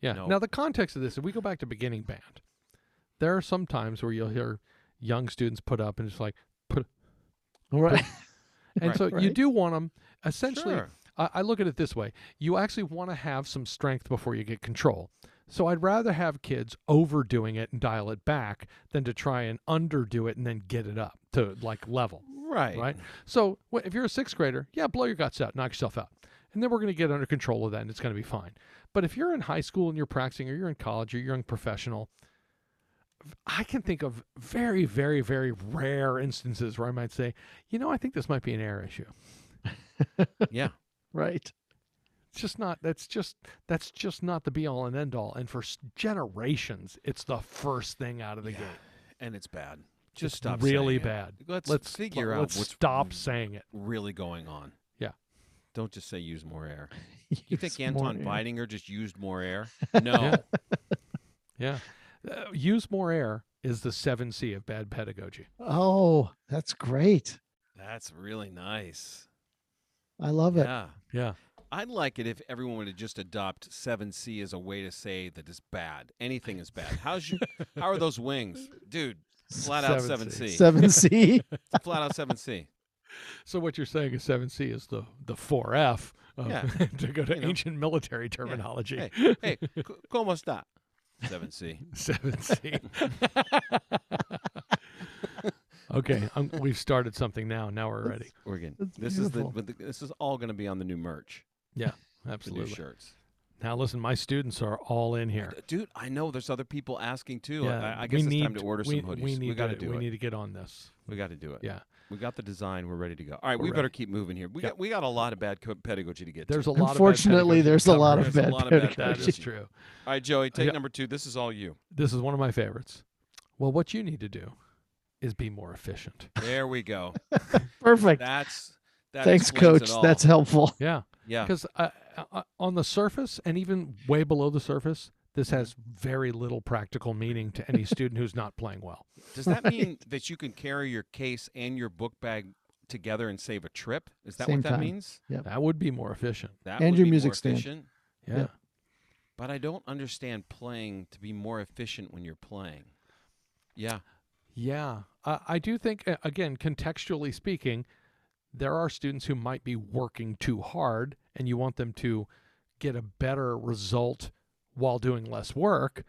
Yeah.
No.
Now the context of this, if we go back to beginning band, there are some times where you'll hear young students put up and it's like put,
All right.
and
Right.
so you
Right.
do want them. Essentially,
Sure.
I, I look at it this way: you actually want to have some strength before you get control. So I'd rather have kids overdoing it and dial it back than to try and underdo it and then get it up to like level
Right.
right? So wh- if you're a sixth grader, yeah, blow your guts out, knock yourself out. and then we're going to get under control of that and it's going to be fine. But if you're in high school and you're practicing, or you're in college, or you're young professional, I can think of very, very, very rare instances where I might say, you know, I think this might be an air issue.
yeah.
Right.
It's just not. That's just that's just not the be all and end all. And for s- generations, it's the first thing out of the
Yeah.
gate.
And it's bad. Just
It's
stop.
really
saying it.
bad.
Let's,
Let's
figure
let-
out
Let's
what's
stop saying it.
really going on.
Yeah.
Don't just say use more air. You
Use
think
more
Anton
air.
Weidinger just used more air?
Yeah.
No.
Yeah. Uh, use more air is the seven C of bad pedagogy.
Oh, that's great.
That's really nice.
I love it.
Yeah.
Yeah.
I'd like it if everyone would just adopt 7C as a way to say that it's bad. Anything is bad. How's you, how are those wings? Dude, flat out 7C.
7C.
Seven C.
Flat out 7C.
So what you're saying is seven C is the the four F of,
Yeah.
to go to
You know.
ancient military terminology.
Hey, hey, c- como está? 7C.
Seven C. okay, i we've started something now. Now we're ready.
We're getting,
That's
this is the,
beautiful.
but the- this is all going to be on the new merch, the new
Absolutely.
shirts.
Now listen, my students are all in here.
Uh, Dude, I know there's other people asking too.
Yeah,
I, I
we
guess it's time
need-
to order
we,
some hoodies.
We
We,
need
got to
to
do
We
it.
need to get on this.
we got to do it.
Yeah.
We got the design. We're ready to go. All right,
We're
we better
ready.
keep moving here. We
Yep.
got we got a lot of bad co- pedagogy to get.
There's
to.
a lot. of bad pedagogy
Unfortunately,
to
there's a lot
cover.
of
There's
bad
a lot of bad
pedagogy.
That is true.
All right, Joey, take
Yeah.
number two. This is all you.
This is one of my favorites. Well, what you need to do is be more efficient.
There we go.
Perfect.
That's that
Thanks,
explains it
coach.
all.
That's helpful.
Yeah.
yeah.
Because uh, uh, on the surface, and even way below the surface, this has very little practical meaning to any student who's not playing well.
Does that mean that you can carry your case and your book bag together and save a trip? Is that
Same
what that
time.
means?
That would be more efficient.
That
And
would
your
be more
music stand.
efficient.
Yeah.
Yeah.
But I don't understand playing to be more efficient when you're playing. Yeah.
Yeah. I I do think, uh, again, contextually speaking, there are students who might be working too hard and you want them to get a better result while doing less work.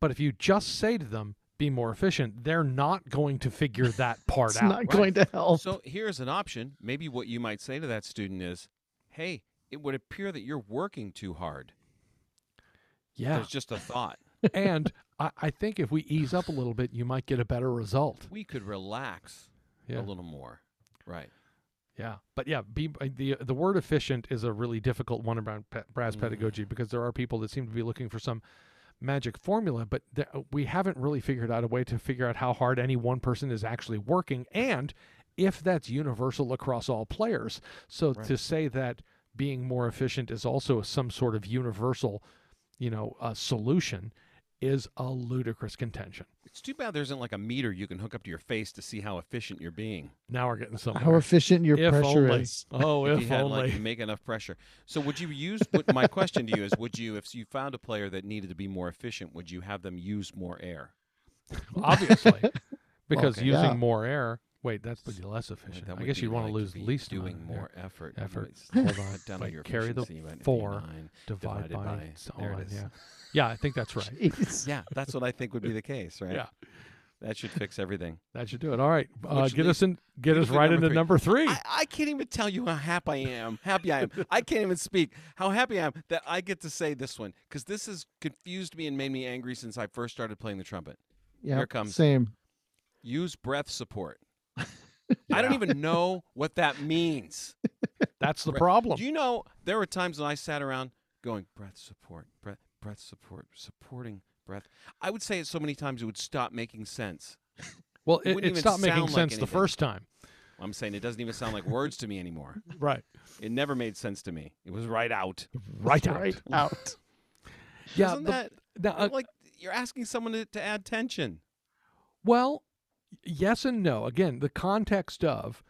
But if you just say to them, be more efficient, they're not going to figure that part
It's
out.
not going to
Oh.
help.
So here's an option. Maybe what you might say to that student is, "Hey, it would appear that you're working too hard."
yeah.
There's just a thought.
and I, I think if we ease up a little bit, you might get a better result.
We could relax
Yeah.
a little more. Right.
Yeah, but yeah, be, uh, the the word efficient is a really difficult one around pe- brass
Mm.
pedagogy because there are people that seem to be looking for some magic formula, but th- we haven't really figured out a way to figure out how hard any one person is actually working, and if that's universal across all players. So
Right.
to say that being more efficient is also some sort of universal, you know, uh, solution is a ludicrous contention.
It's too bad there isn't like a meter you can hook up to your face to see how efficient you're being.
Now we're getting somewhere.
How efficient your
if
pressure
only.
is.
Oh,
if
if,
you had
only.
like make enough pressure. So would you use what my question to you is would you if you found a player that needed to be more efficient, would you have them use more air?
obviously, because
okay.
using
Yeah.
more air. Wait, that's would be less
Like,
efficient.
that
I
would
guess
be
you'd want
like
to lose
be
least amount
doing
of
more
air
effort.
effort.
It's- Hold on,
Hold
down
on.
to your
Carry the
efficiency, right, if
four.
you nine.
divided,
divided by-
by. so
there it
on,
is.
Yeah, yeah, I think that's right.
Jeez.
Yeah, that's what I think would be the case, right?
Yeah.
That should fix everything.
That should do it. All right, uh,
Which
get
leads-
us in. Get
leads
us
to
right
number
into
three.
number three.
I, I can't even tell you how happy I am. Happy I am. I can't even speak. How happy I am that I get to say this one because this has confused me and made me angry since I first started playing the trumpet.
Yeah.
Here comes-
Same.
Use breath support. I don't even know what that means.
that's the
Right.
problem.
Do you know there were times when I sat around going breath support, breath, breath support, supporting breath. I would say it so many times it would stop making sense.
well,
it
it,
wouldn't
it
even
stopped making
sound like
sense the
anything.
first time.
I'm saying it doesn't even sound like words to me anymore.
Right.
It never made sense to me. It was right out.
Right out.
Right out.
Yeah.
Isn't
the-
that
the- uh,
like you're asking someone to, to add tension.
Well, y- yes and no. Again, the context of,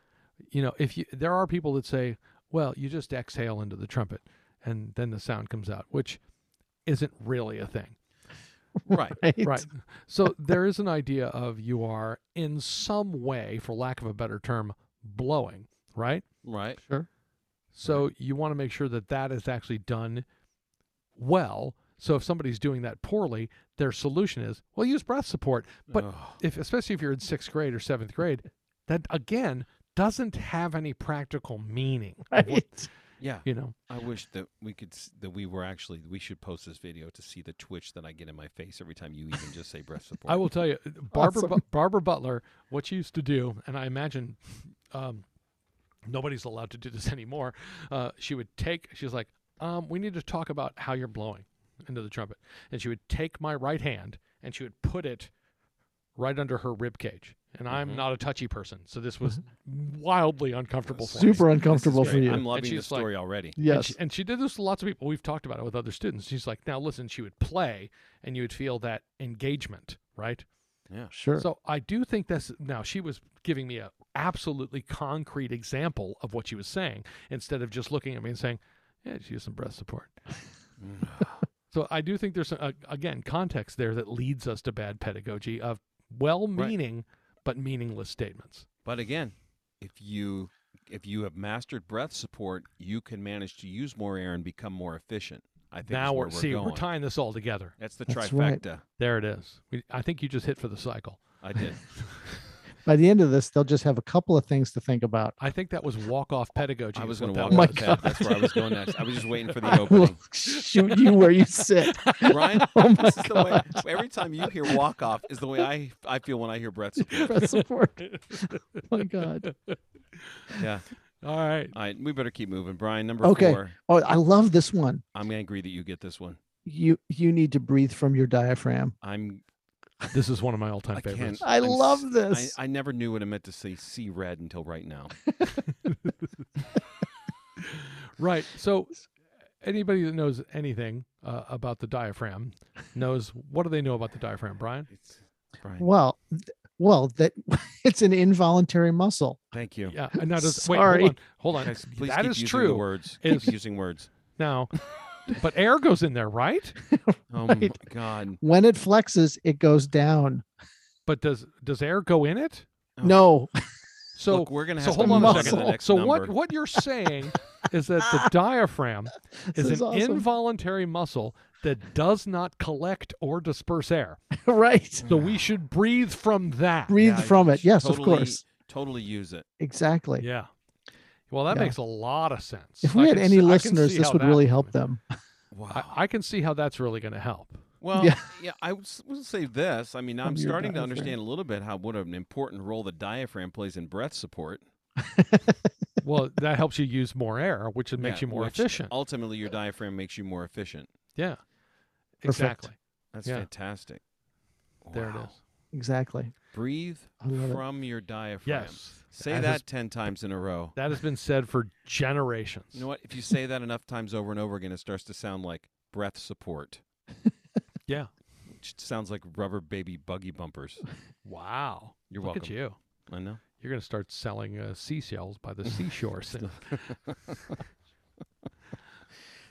you know, if you there are people that say, well, you just exhale into the trumpet and then the sound comes out, which isn't really a thing.
Right.
Right.
Right. So there is an idea of you are in some way, for lack of a better term, blowing, right?
Right.
Sure.
So you want to make sure that that is actually done well. So if somebody's doing that poorly, their solution is, well, use breath support. But
Ugh.
if especially if you're in sixth grade or seventh grade, that again doesn't have any practical meaning. of what-
Right.
Yeah,
you know.
I wish that we could s- that we were actually we should post this video to see the twitch that I get in my face every time you even just say breast support.
I will tell you, Barbara
Awesome.
Bu- Barbara Butler, what she used to do, and I imagine um, nobody's allowed to do this anymore. Uh, she would take. She's like, um, "We need to talk about how you're blowing into the trumpet," and she would take my right hand and she would put it right under her rib cage. And I'm
Mm-hmm.
Mhm.
not a touchy person, so this was wildly uncomfortable. for me.
Super
This is
uncomfortable for
great.
you.
I'm loving
she's
the story already.
And
yes.
she, and she did this to lots of people. We've talked about it with other students. She's like, now listen, she would play and you would feel that engagement, right?
Yeah.
sure.
So I do think that's now she was giving me a absolutely concrete example of what she was saying instead of just looking at me and saying, yeah, she used some breast support. So I do think there's a, again context there that leads us to bad pedagogy of well-meaning but meaningless statements.
But again, if you if you have mastered breath support, you can manage to use more air and become more efficient. I think is
now
where
we're, see we're
going.
tying this all together.
That's the
That's right.
trifecta.
There it is. We, I think you just hit for the cycle.
I did.
By the end of this, they'll just have a couple of things to think about.
I think that was walk-off pedagogy.
I
is
was
what
going to
that
walk
Oh my
off that. That's where I was going next. I was just waiting for
Oh
the
I will
opening.
shoot you where you sit.
Ryan,
Oh my
this is the way, every time you hear walk off is the way I I feel when I hear breath support.
Press support. oh my god.
Yeah.
All right.
All right, we better keep moving. Brian, number
Okay.
four.
Oh, I love this one.
I'm angry that you get this one.
You you need to breathe from your diaphragm.
I'm
This is one of my all-time
I can't.
favorites.
I
I'm s-
love this.
I, I never knew what it meant to say see red until right now.
Right. So anybody that knows anything uh, about the diaphragm knows what do they know about the diaphragm, Brian?
It's, Brian,
well, th- well, that it's an involuntary muscle.
thank you.
Yeah. and Now does
Sorry.
wait, hold on. Hold on.
Guys, please
that
keep
is
using
true.
the words.
It's-
Keep using words.
Now, but air goes in there, right?
Oh my
Right.
god.
When it flexes, it goes down.
But does does air go in it?
Oh.
No,
So
Look, we're gonna
so
have
hold
to
on
move
a
to
second.
the next
so what
number.
what you're saying is that the diaphragm
This
is an
is awesome.
involuntary muscle that does not collect or disperse air.
right.
So we should breathe from that.
Breathe
Yeah, you
from it.
should
Yes,
totally-
of course.
Totally use it.
Exactly.
Yeah. Well, that
Yeah.
makes a lot of sense.
If
I
we had
can
any
see- I can
listeners,
see
this
how
would
that-
really help them.
Wow.
I, I can see how that's really going to help.
well, yeah.
Yeah.
I would s- will say this. I mean, I'm
From your
starting to
diaphragm.
understand a little bit how what an important role the diaphragm plays in breath support.
Well, that helps you use more air, which it makes
Yeah,
you more
which
efficient.
Ultimately, your diaphragm makes you more efficient.
yeah.
Perfect.
Exactly.
That's
Yeah.
fantastic.
There it
Wow.
is.
Exactly.
Breathe
I love it.
from your diaphragm.
Yes.
Say
That
that
is-
10 times in a row.
That has been said for generations.
You know what? If you say that enough times over and over again, it starts to sound like breath support.
Yeah.
Which sounds like rubber baby buggy bumpers.
Wow.
You're
Look
welcome.
at you.
I know.
You're going to start selling uh, seashells by the seashore soon.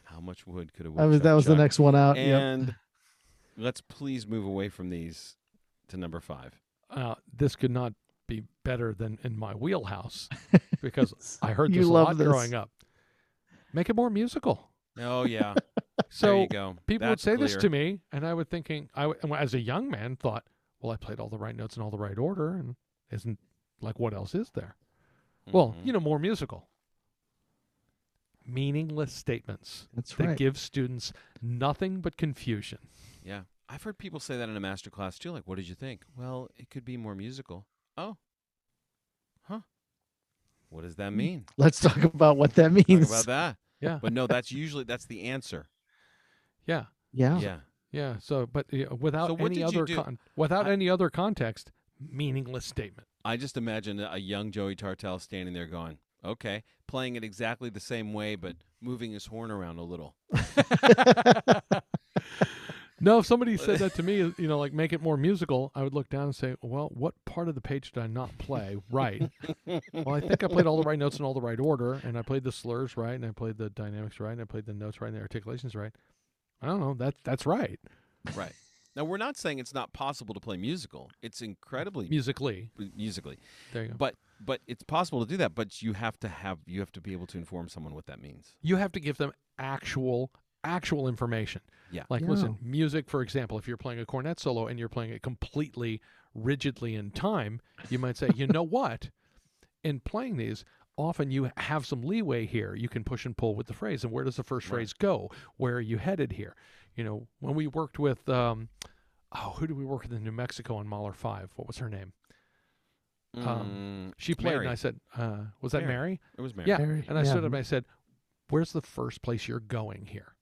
How much wood could have
That was that was the next one
Uh,
out. Yep.
And let's please move away from these to number five.
Uh, this could not be better than in my wheelhouse because I heard
You
this a
love
lot
this.
growing up. Make it more musical.
Oh, yeah.
So
there you go.
people
That's
would say this
clear.
to me, and I would thinking, I w- and as a young man thought, well, I played all the right notes in all the right order, and isn't like what else is there? Well,
Mhm.
you know, more musical. Meaningless statements
That's
that
right.
give students nothing but confusion.
Yeah. I've heard people say that in a master class too. Like, what did you think? Well, it could be more musical. Oh. Huh. What does that mean?
Let's talk about what that
Talk
means.
about that.
Mm. Yeah.
But no, that's usually that's the answer.
Yeah,
Yeah.
Yeah.
yeah. So, but you know, without
So what
any
did you
other
do?
con- without
I-
any other context, meaningless statement.
I just imagine a young Joey Tartell standing there going, "Okay, playing it exactly the same way but moving his horn around a little."
No, if somebody said that to me, you know, like make it more musical, I would look down and say, well, what part of the page did I not play right? well, I think I played all the right notes in all the right order, and I played the slurs right, and I played the dynamics right, and I played the notes right, and the articulations right. I don't know. That that's right
right. Now, we're not saying it's not possible to play musical. It's incredibly
musically.
mu- musically.
There you go.
But but it's possible to do that, but you have to have you have to be able to inform someone what that means.
you have to give them actual actual information.
Yeah.
Like
Yeah.
listen, music for example, if you're playing a cornet solo and you're playing it completely rigidly in time, you might say, "You know what? In playing these, often you have some leeway here. You can push and pull with the phrase. And where does the first
Right.
phrase go? Where are you headed here? You know, when we worked with, um, oh, who did we work with in New Mexico on Mahler 5? What was her name? Um, She played,
Mary.
and I said, uh, was that
Mary.
Mary?
it was Mary.
Yeah.
Very-
And I
yeah.
stood up and I said, Where's the first place you're going here?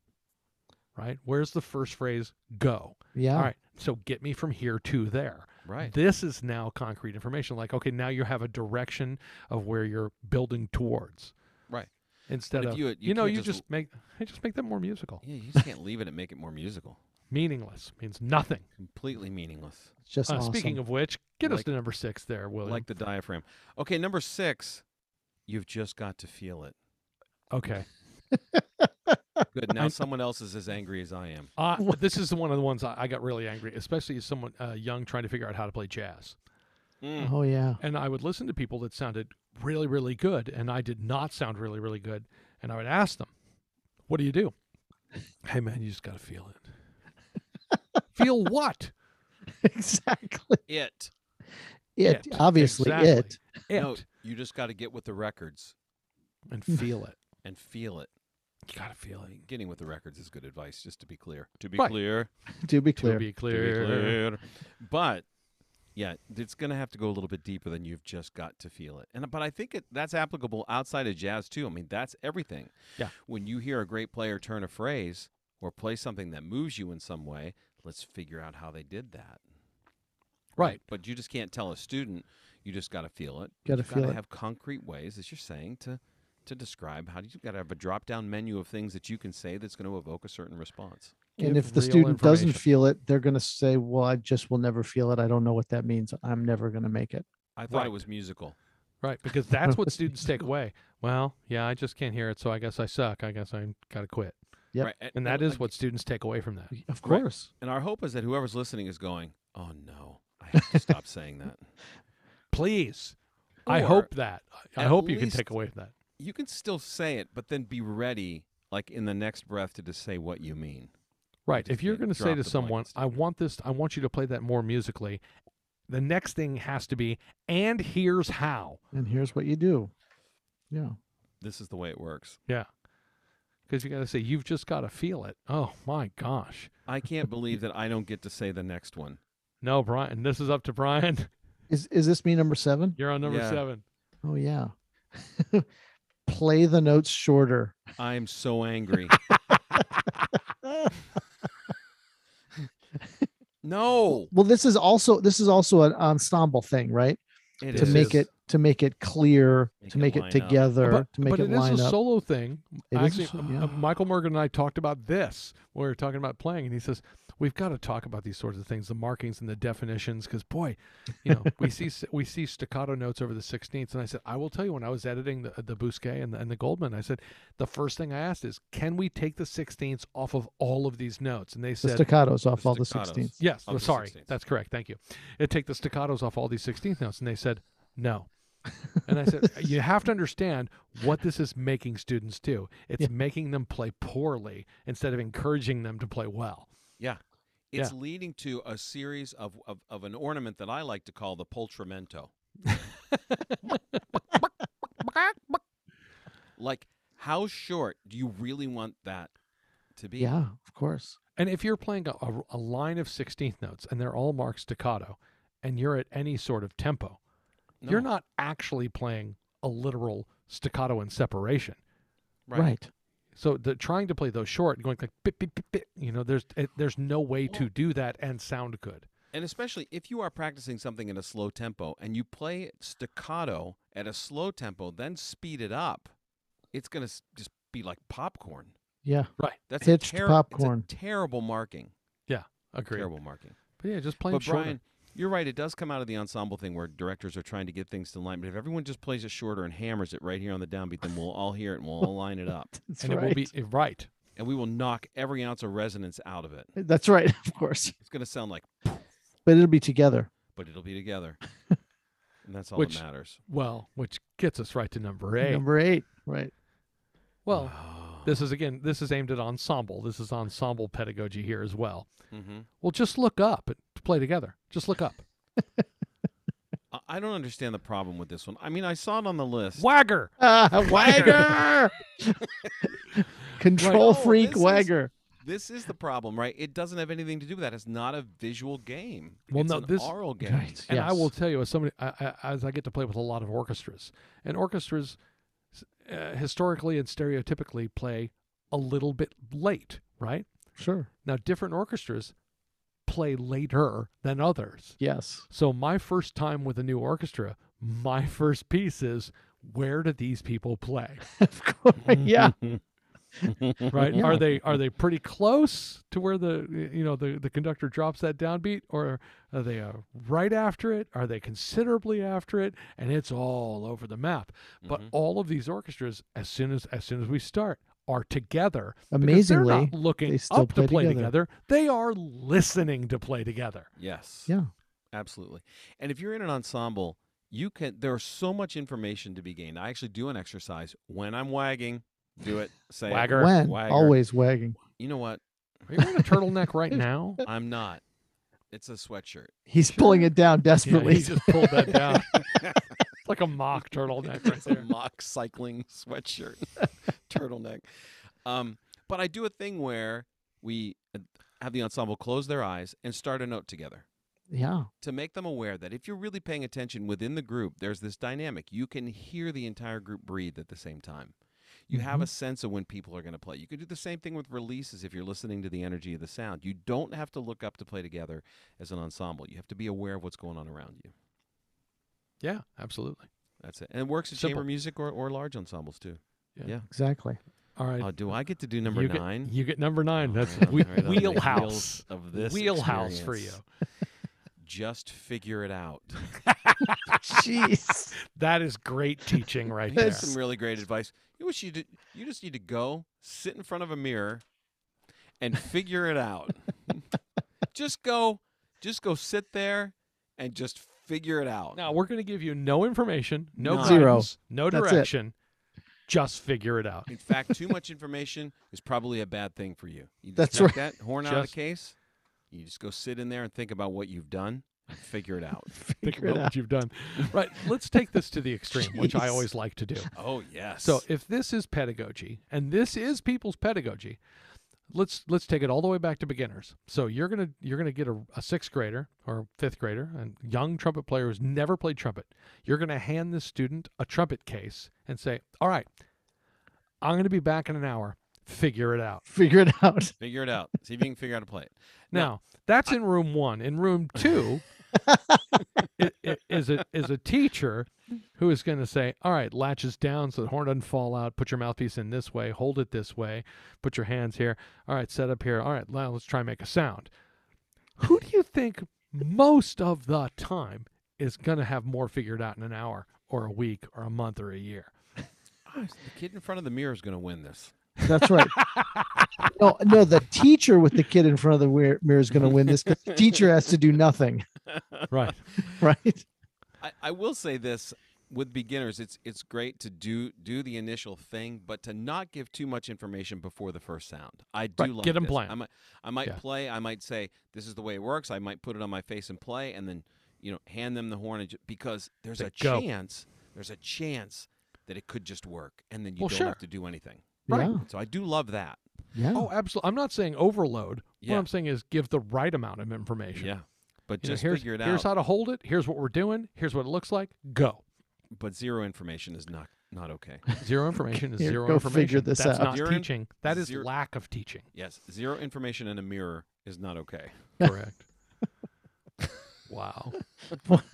Right? Where's the first phrase go?
Yeah.
All right. So get me from here to there.
Right.
This is now concrete information. Like, okay, now you have a direction of where you're building towards.
Right.
Instead
if
of
you-
you,
you
know,
can't
uh, you
just-
just, make I just make them more musical.
Yeah, you just can't leave it and make it more musical.
Meaningless means nothing.
Completely meaningless.
It's just
Uh,
awesome.
Speaking of which, get us
Like-
to number six there, William.
Like the diaphragm. Okay, number six. You've just got to feel it.
okay.
Good. Now someone else is as angry as I am.
Uh, this is one of the ones I, I got really angry, especially as someone uh, young trying to figure out how to play jazz.
Mm.
oh yeah.
and I would listen to people that sounded really, really good, and I did not sound really, really good. And I would ask them, "What do you do?" hey, man, you just gotta feel it. feel what?
exactly.
It.
It,
It,
obviously
exactly.
it.
It
No, you just got to get with the records
and feel it.
and feel it.
You gotta feel it.
Getting with the records is good advice, just to be clear. To be
Right.
clear.
To be
To
clear.
be
to be
clear.
clear. But yeah, it's going to have to go a little bit deeper than you've just got to feel it. And but I think it, that's applicable outside of jazz too. I mean, that's everything.
Yeah.
When you hear a great player turn a phrase or play something that moves you in some way, let's figure out how they did that.
Right.
But you just can't tell a student. You just got to feel it.
Gotta
You've
feel
Gotta
it.
have concrete ways, as you're saying, to to describe how do you got to have a drop down menu of things that you can say that's going to evoke a certain response.
and
Give
if the
real
student doesn't
information.
feel it, they're going to say, "Well, I just will never feel it. I don't know what that means. I'm never going to make it."
I thought
Right.
it was musical.
right, because that's what students take away. Well, yeah, I just can't hear it, so I guess I suck. I guess I gotta quit.
Yep.
Right.
And that is what students take away from that.
Of
Right.
course.
And our hope is that whoever's listening is going, oh no, I have to stop saying that.
Please, I
Or
hope that. I I
at
hope you can
least-
take away from that.
You can still say it, but then be ready, like in the next breath, to just say what you mean.
Right.
just
If you're
can't
going to say
drop
to
the
someone,
blanket
I
statement.
want this, I want you to play that more musically, the next thing has to be, and here's how.
And here's what you do. Yeah.
This is the way it works.
Yeah. Because you got to say, you've just got to feel it. Oh, my gosh.
I can't believe that I don't get to say the next one.
No, Brian, this is up to Brian.
Is is this me number 7?
You're on number
Yeah.
seven.
Oh yeah. Play the notes shorter.
I'm so angry. no,
Well, this is also this is also an ensemble thing, right?
it
to make
is.
it to make it clear,
Make
to
it
make
line
it
up.
together,
but
to make
but
it, line
is a
up.
solo thing.
It is a
Actually,
sol-
um,
yeah.
uh, Michael Morgan and I talked about this. when We were talking about playing, and he says, We've got to talk about these sorts of things, the markings and the definitions, because boy, you know, we see s- we see staccato notes over the sixteenths. And I said, I will tell you, when I was editing the the Bousquet and the, and the Goldman, I said, the first thing I asked is, can we take the sixteenths off of all of these notes? And they
the
said,
staccatos off
the
all the
staccatos.
16th.
Yes,
of
oh,
the
sorry,
16th.
that's correct. Thank you. It take the staccatos off all these sixteenth notes, and they said no. and I said, you have to understand what this is making students do. It's
Yeah.
making them play poorly instead of encouraging them to play well.
Yeah. It's leading to a series of, of, of an ornament that I like to call the poltramento. like, how short do you really want that to be?
Yeah, of course.
And if you're playing a, a- a line of sixteenth notes and they're all marked staccato, and you're at any sort of tempo, you're
No,
not actually playing a literal staccato and separation.
Right.
So the trying to play those short, and going like bit, bit, bit, bit, you know, there's it, there's no way to do that and sound good.
And especially if you are practicing something in a slow tempo and you play it staccato at a slow tempo, then speed it up, it's going to just be like popcorn.
Yeah.
That's
Pitched
a terri-
popcorn.
It's a terrible marking.
Agreed.
Terrible marking.
But yeah, just playing
but
shorter.
Brian, you're right. It does come out of the ensemble thing where directors are trying to get things to line. But if everyone just plays it shorter and hammers it right here on the downbeat, then we'll all hear it and we'll all line it up,
That's
and
right.
it will be eh, right.
and we will knock every ounce of resonance out of it.
That's right, of course.
It's going to sound like,
But it'll be together.
but it'll be together, and that's all
Which-
that matters.
Well, which gets us right to number eight.
Number 8, right.
well, this is again, this is aimed at ensemble. This is ensemble pedagogy here as well.
hmm
Well, just look up to play together. Just look up.
I, I don't understand the problem with this one. I mean, I saw it on the list.
Wagger.
Ah, Wagger, control
Right. Oh,
freak
this is-
Wagger.
This is the problem, right? It doesn't have anything to do with that. It's not a visual game.
Well,
it's
no,
an
this-
oral game.
Right.
And I
yes.
will tell you, as somebody, I, I, as I get to play with a lot of orchestras, and orchestras s- uh, historically and stereotypically play a little bit late, right?
Sure.
Now, different orchestras play later than others.
Yes.
So, my first time with a new orchestra, my first piece is where do these people play?
Of course.
Mm-hmm.
Yeah.
Right?
Yeah.
Are they are they pretty close to where the you know the, the conductor drops that downbeat, or are they uh, right after it? Are they considerably after it? And it's all over the map. But
Mm-hmm.
Mhm.
all of these orchestras, as soon as as soon as we start, are together. because they're
Amazingly,
not looking
they still
up
play
to play
together.
together. They are listening to play together.
Yes.
Yeah.
Absolutely. And if you're in an ensemble, you can there's so much information to be gained. I actually do an exercise when I'm wagging, do it, say it.
Wagger.
when
Wagger.
always wagging.
You know what?
Are you wearing a turtleneck right now?
I'm not. It's a sweatshirt.
He's pulling it down
Yeah,
desperately.
he just pulled that down. it's like a mock turtleneck right
It's a
there.
mock cycling sweatshirt, turtleneck. Um, but I do a thing where we uh, have the ensemble close their eyes and start a note together
yeah.
to make them aware that if you're really paying attention within the group, there's this dynamic. You can hear the entire group breathe at the same time. You
Mm-hmm.
have a sense of when people are going to play. You can do the same thing with releases if you're listening to the energy of the sound. You don't have to look up to play together as an ensemble. You have to be aware of what's going on around you.
Yeah, absolutely.
That's it. And it works in
Simple.
chamber music or, or large ensembles too.
Exactly.
All right.
Oh, do I get to do number
you
nine?
Get, you get number nine.
All
That's
right,
we,
all right, on the
wheelhouse.
heels of this
wheelhouse for you.
experience. Just figure it out.
Jeez.
That is great teaching right there.
That's some really great advice. You wish you did. You just need to go sit in front of a mirror and figure it out. just go, just go sit there and just figure it out.
Now we're going to give you no information, no
None.
Zero.
guidance, no
That's it.
direction. Just figure it out.
In fact, too much information is probably a bad thing for you. you
That's
disconnect That horn out of the
Just-
case. You just go sit in there and think about what you've done. and Figure it out.
Think about
Figure it out.
what you've done. Right. Let's take this to the extreme, which I
Jeez.
always like to do.
Oh yes.
So if this is pedagogy, and this is people's pedagogy, let's let's take it all the way back to beginners. So you're gonna you're gonna get a, a sixth grader or fifth grader, a young trumpet player who's never played trumpet. You're gonna hand this student a trumpet case and say, "All right, I'm gonna be back in an hour. Figure it out."
Figure it out.
figure it out. See if you can figure out how to play it.
Now,
Now-
that's in room one. In room two, i- i- is a is a teacher who is going to say, "All right, latches down so the horn doesn't fall out. Put your mouthpiece in this way. Hold it this way. Put your hands here. All right, set up here. All right, now let's try and make a sound." Who do you think most of the time is going to have more figured out in an hour or a week or a month or a year?
Ah, the kid in front of the mirror is going to win this.
That's right. no, no, the teacher with the kid in front of the weir- mirror is going to win this because the teacher has to do nothing,
Right.
right?
I, I will say this with beginners, it's it's great to do do the initial thing, but to not give too much information before the first sound. I do
Right,
like
get 'em
this.
playing.
I might I might
Yeah.
play. I might say this is the way it works. I might put it on my face and play, and then you know hand them the horn and ju- because there's
Say,
a
"Go."
chance. There's a chance that it could just work, and then you
Well,
don't
sure.
have to do anything.
Right.
Yeah.
So I do love that.
yeah.
Oh, absolutely. I'm not saying overload.
Yeah.
What I'm saying is give the right amount of information.
Yeah, but
You know,
just
here's,
figure it
here's
out.
how to hold it. Here's what we're doing. Here's what it looks like. Go.
but zero information is not not okay.
Zero information is
Here,
zero
go
information.
figure this
That's
out.
not
Zero-
teaching. That is
zero-
lack of teaching.
Yes, zero information in a mirror is not okay.
Correct. wow.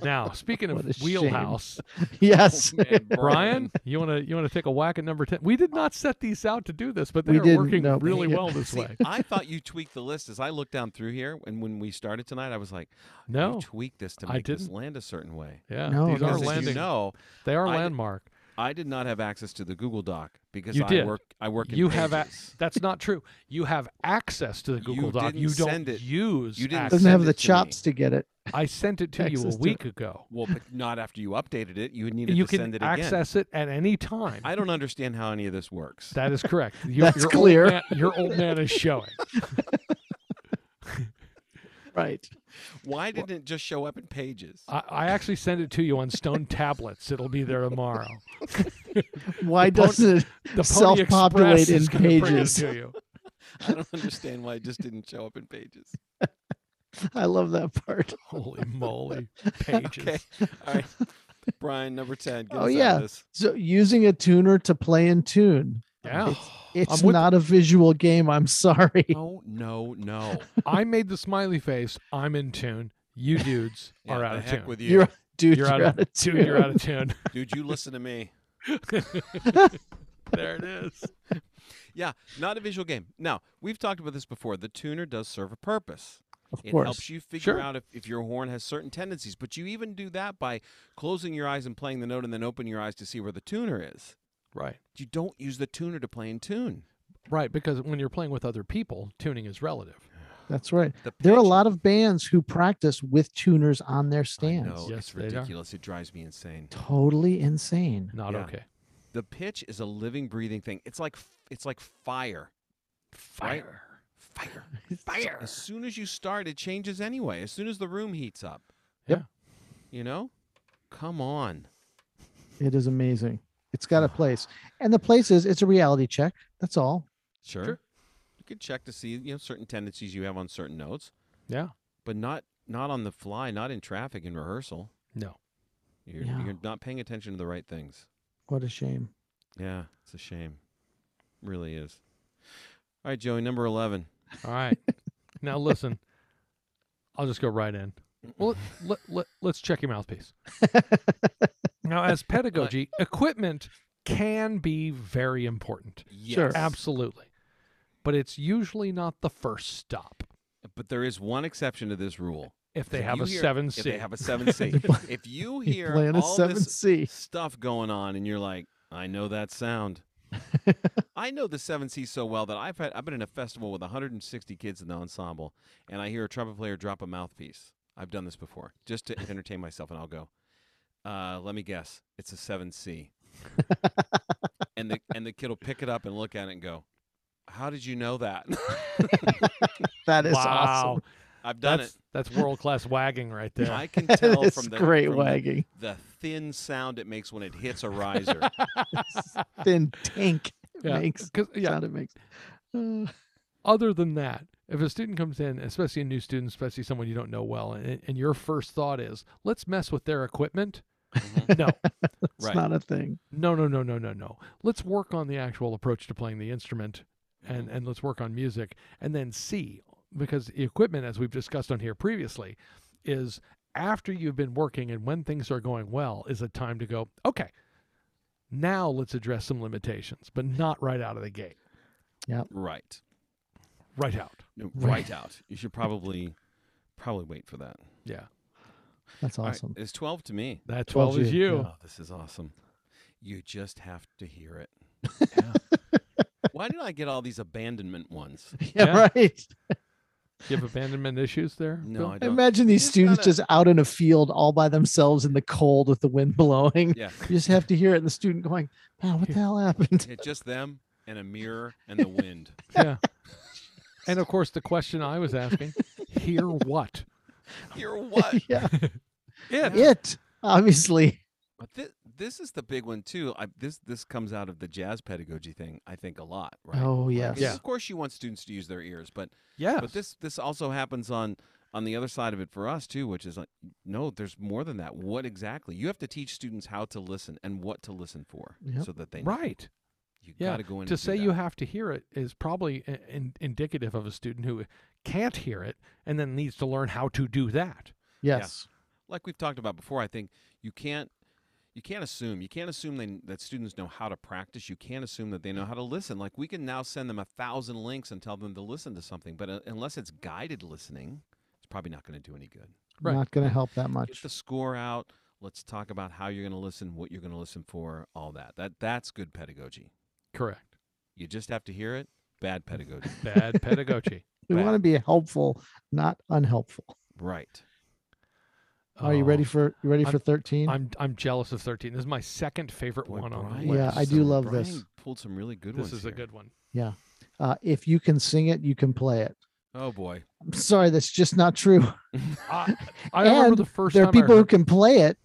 Now, speaking of
What a shame.
wheelhouse,
yes.
oh,
Oh, Brian, you want to you want to take a whack at number 10? We did not set these out to do this, but
We
they're
didn't,
working
no.
really
Yeah.
well this
See,
way.
I thought you tweaked the list as I looked down through here, and when we started tonight, I was like,
No.
you tweaked this to
I
make this
didn't.
land a certain way."
Yeah.
No,
these are
Because
no.
as you
landing.
know,
they are
I did-
landmark.
I did not have access to the Google Doc because
You
I
did.
work. I work. In
you have a-
pages.
that's not true. You have access to the Google
You
Doc.
didn't
you don't
send it.
use.
You didn't
access.
Doesn't have
send
the
it to me.
chops to get it.
I sent it to you
access
a
to
week ago.
well, but not after you updated it. You needed
You
to
can
send it again.
access it at any time.
I don't understand how any of this works.
that is correct. Your,
That's
your
clear.
Old man, your old man is showing.
Right.
Why didn't it just show up in pages?
I, I actually sent it to you on stone tablets. It'll be there tomorrow.
Why
pony-
doesn't it?
The Pony
Self-populate
Express
in
is gonna bring it
pages.
to you.
I don't understand why it just didn't show up in pages.
I love that part.
Holy moly, pages.
Okay. All right. Brian, number 10. Get
Oh,
us out of
yeah.
this.
So using a tuner to play in tune.
Yeah.
It's
with-
not a visual game. I'm sorry.
No, no, no.
I made the smiley face. I'm in tune. You dudes
Yeah,
are
the
out of
heck
tune.
with you.
You're, dude,
You're out of
tune.
Dude, you're out of tune.
Dude, you listen to me.
there it is.
Yeah, not a visual game. Now, we've talked about this before. The tuner does serve a purpose.
Of
It
course.
helps you figure
Sure.
out if, if your horn has certain tendencies, but you even do that by closing your eyes and playing the note and then open your eyes to see where the tuner is.
Right.
You don't use the tuner to play in tune.
Right, because when you're playing with other people, tuning is relative.
That's right.
The
There are a
pitch-
lot of bands who practice with tuners on their
I
stands.
know,
Yes,
it's
they are.
ridiculous. It drives me insane.
Totally insane.
Not
Yeah.
okay.
The pitch is a living, breathing thing. It's like f- it's like fire.
Fire.
Fire.
Fire.
As soon as you start, it changes anyway. As soon as the room heats up.
Yeah.
You know? Come on.
It is amazing. It's got a place. And the place is it's a reality check. That's all.
Sure.
Sure.
You could check to see, you know, certain tendencies you have on certain notes,
Yeah.
but not not on the fly, not in traffic in rehearsal.
No.
You're
Yeah.
you're not paying attention to the right things.
What a shame.
Yeah, it's a shame. Really is. All right, Joey, number 11.
All right. now listen. I'll just go right in. Well, let, let, us check your mouthpiece. now, as pedagogy, equipment can be very important.
Yes.
Absolutely. But it's usually not the first stop
But there is one exception to this rule.
if they
If
have
you
a
hear-
7C.
If they have a 7C. if you
You're
hear
playing a
all
seven
this
C.
stuff going on and you're like, I know that sound. I know the seven C so well that I've had I've been in a festival with 160 kids in the ensemble and I hear a trumpet player drop a mouthpiece. I've done this before just to entertain myself and I'll go. Uh, let me guess. It's a seven C. and the and the kid will pick it up and look at it and go, How did you know that?
That is
wow.
awesome.
I've done
That's, that's world class wagging right
it.
there.
I can tell
That is
from the
great
from the-
wagging.
the thin sound it makes when it hits a riser.
Thin tank
Yeah,
makes
'cause- yeah,
sound it makes. Uh,
other than that, if a student comes in, especially a new student, especially someone you don't know well, and, and your first thought is, let's mess with their equipment.
Mhm.
No,
it's
Right.
not a thing.
no, no, no, no, no, no. Let's work on the actual approach to playing the instrument and, and let's work on music and then see, because the equipment, as we've discussed on here previously, is after you've been working and when things are going well, is a time to go, okay, now let's address some limitations, but not right out of the gate,
Right.
right out.
No,
Right.
Right out. You should probably probably wait for that.
Yeah.
That's
All right,
awesome.
it's 12 to me.
That
12
12, is
G,
you.
yeah.
Oh, this is awesome. You just have to hear it.
Yeah.
Why did I get all these abandonment ones?
Yeah.
yeah, right.
You have abandonment issues there?
No,
Bill?
I don't.
Imagine these
Just
students
kinda-
just out in a field all by themselves in the cold with the wind blowing.
Yeah.
You just have to hear it and the student going, Man, what the hell happened?
yeah, just them and a mirror and the wind.
yeah. And of course, the question I was asking: Hear what?
You're what?
yeah.
uh, Yeah.
It obviously.
But thi- this is the big one too. I, this this comes out of the jazz pedagogy thing, I think, a lot, right?
Oh yes.
Because
Yeah.
Of course, you want students to use their ears, but
Yeah.
But this this also happens on on the other side of it for us too, which is like no, there's more than that. What exactly? You have to teach students how to listen and what to listen for,
Yep.
so that they know.
right.
You
Yeah.
got to go in and
To
do
say
that.
you have to hear it is probably i- in- indicative of a student who can't hear it and then needs to learn how to do that.
Yes.
like we've talked about before. I think you can't you can't assume you can't assume they, that students know how to practice. You can't assume that they know how to listen. Like we can now send them a thousand links and tell them to listen to something, but uh, unless it's guided listening, it's probably not going to do any good.
Right.
Not gonna help that
Get
much.
the score out. Let's talk about how you're going to listen, what you're going to listen for, all that. That that's good pedagogy.
Correct.
You just have to hear it. Bad pedagogy.
Bad pedagogy.
We
back.
want to be helpful, not unhelpful.
right.
Are you ready
Oh,
for you ready
I'm-
for 13?
I'm I'm jealous of thirteen. This is my second favorite one on the
Brian
list.
Yeah, I
is
do
some-
love
Brian
this.
Pulled some really good
This
ones.
is a
here.
good one.
yeah. Uh, if you can sing it, you can play it.
Oh boy.
I'm sorry, that's just not true.
I, I remember
And
the first
there
time
are people
I
who
heard,
can play it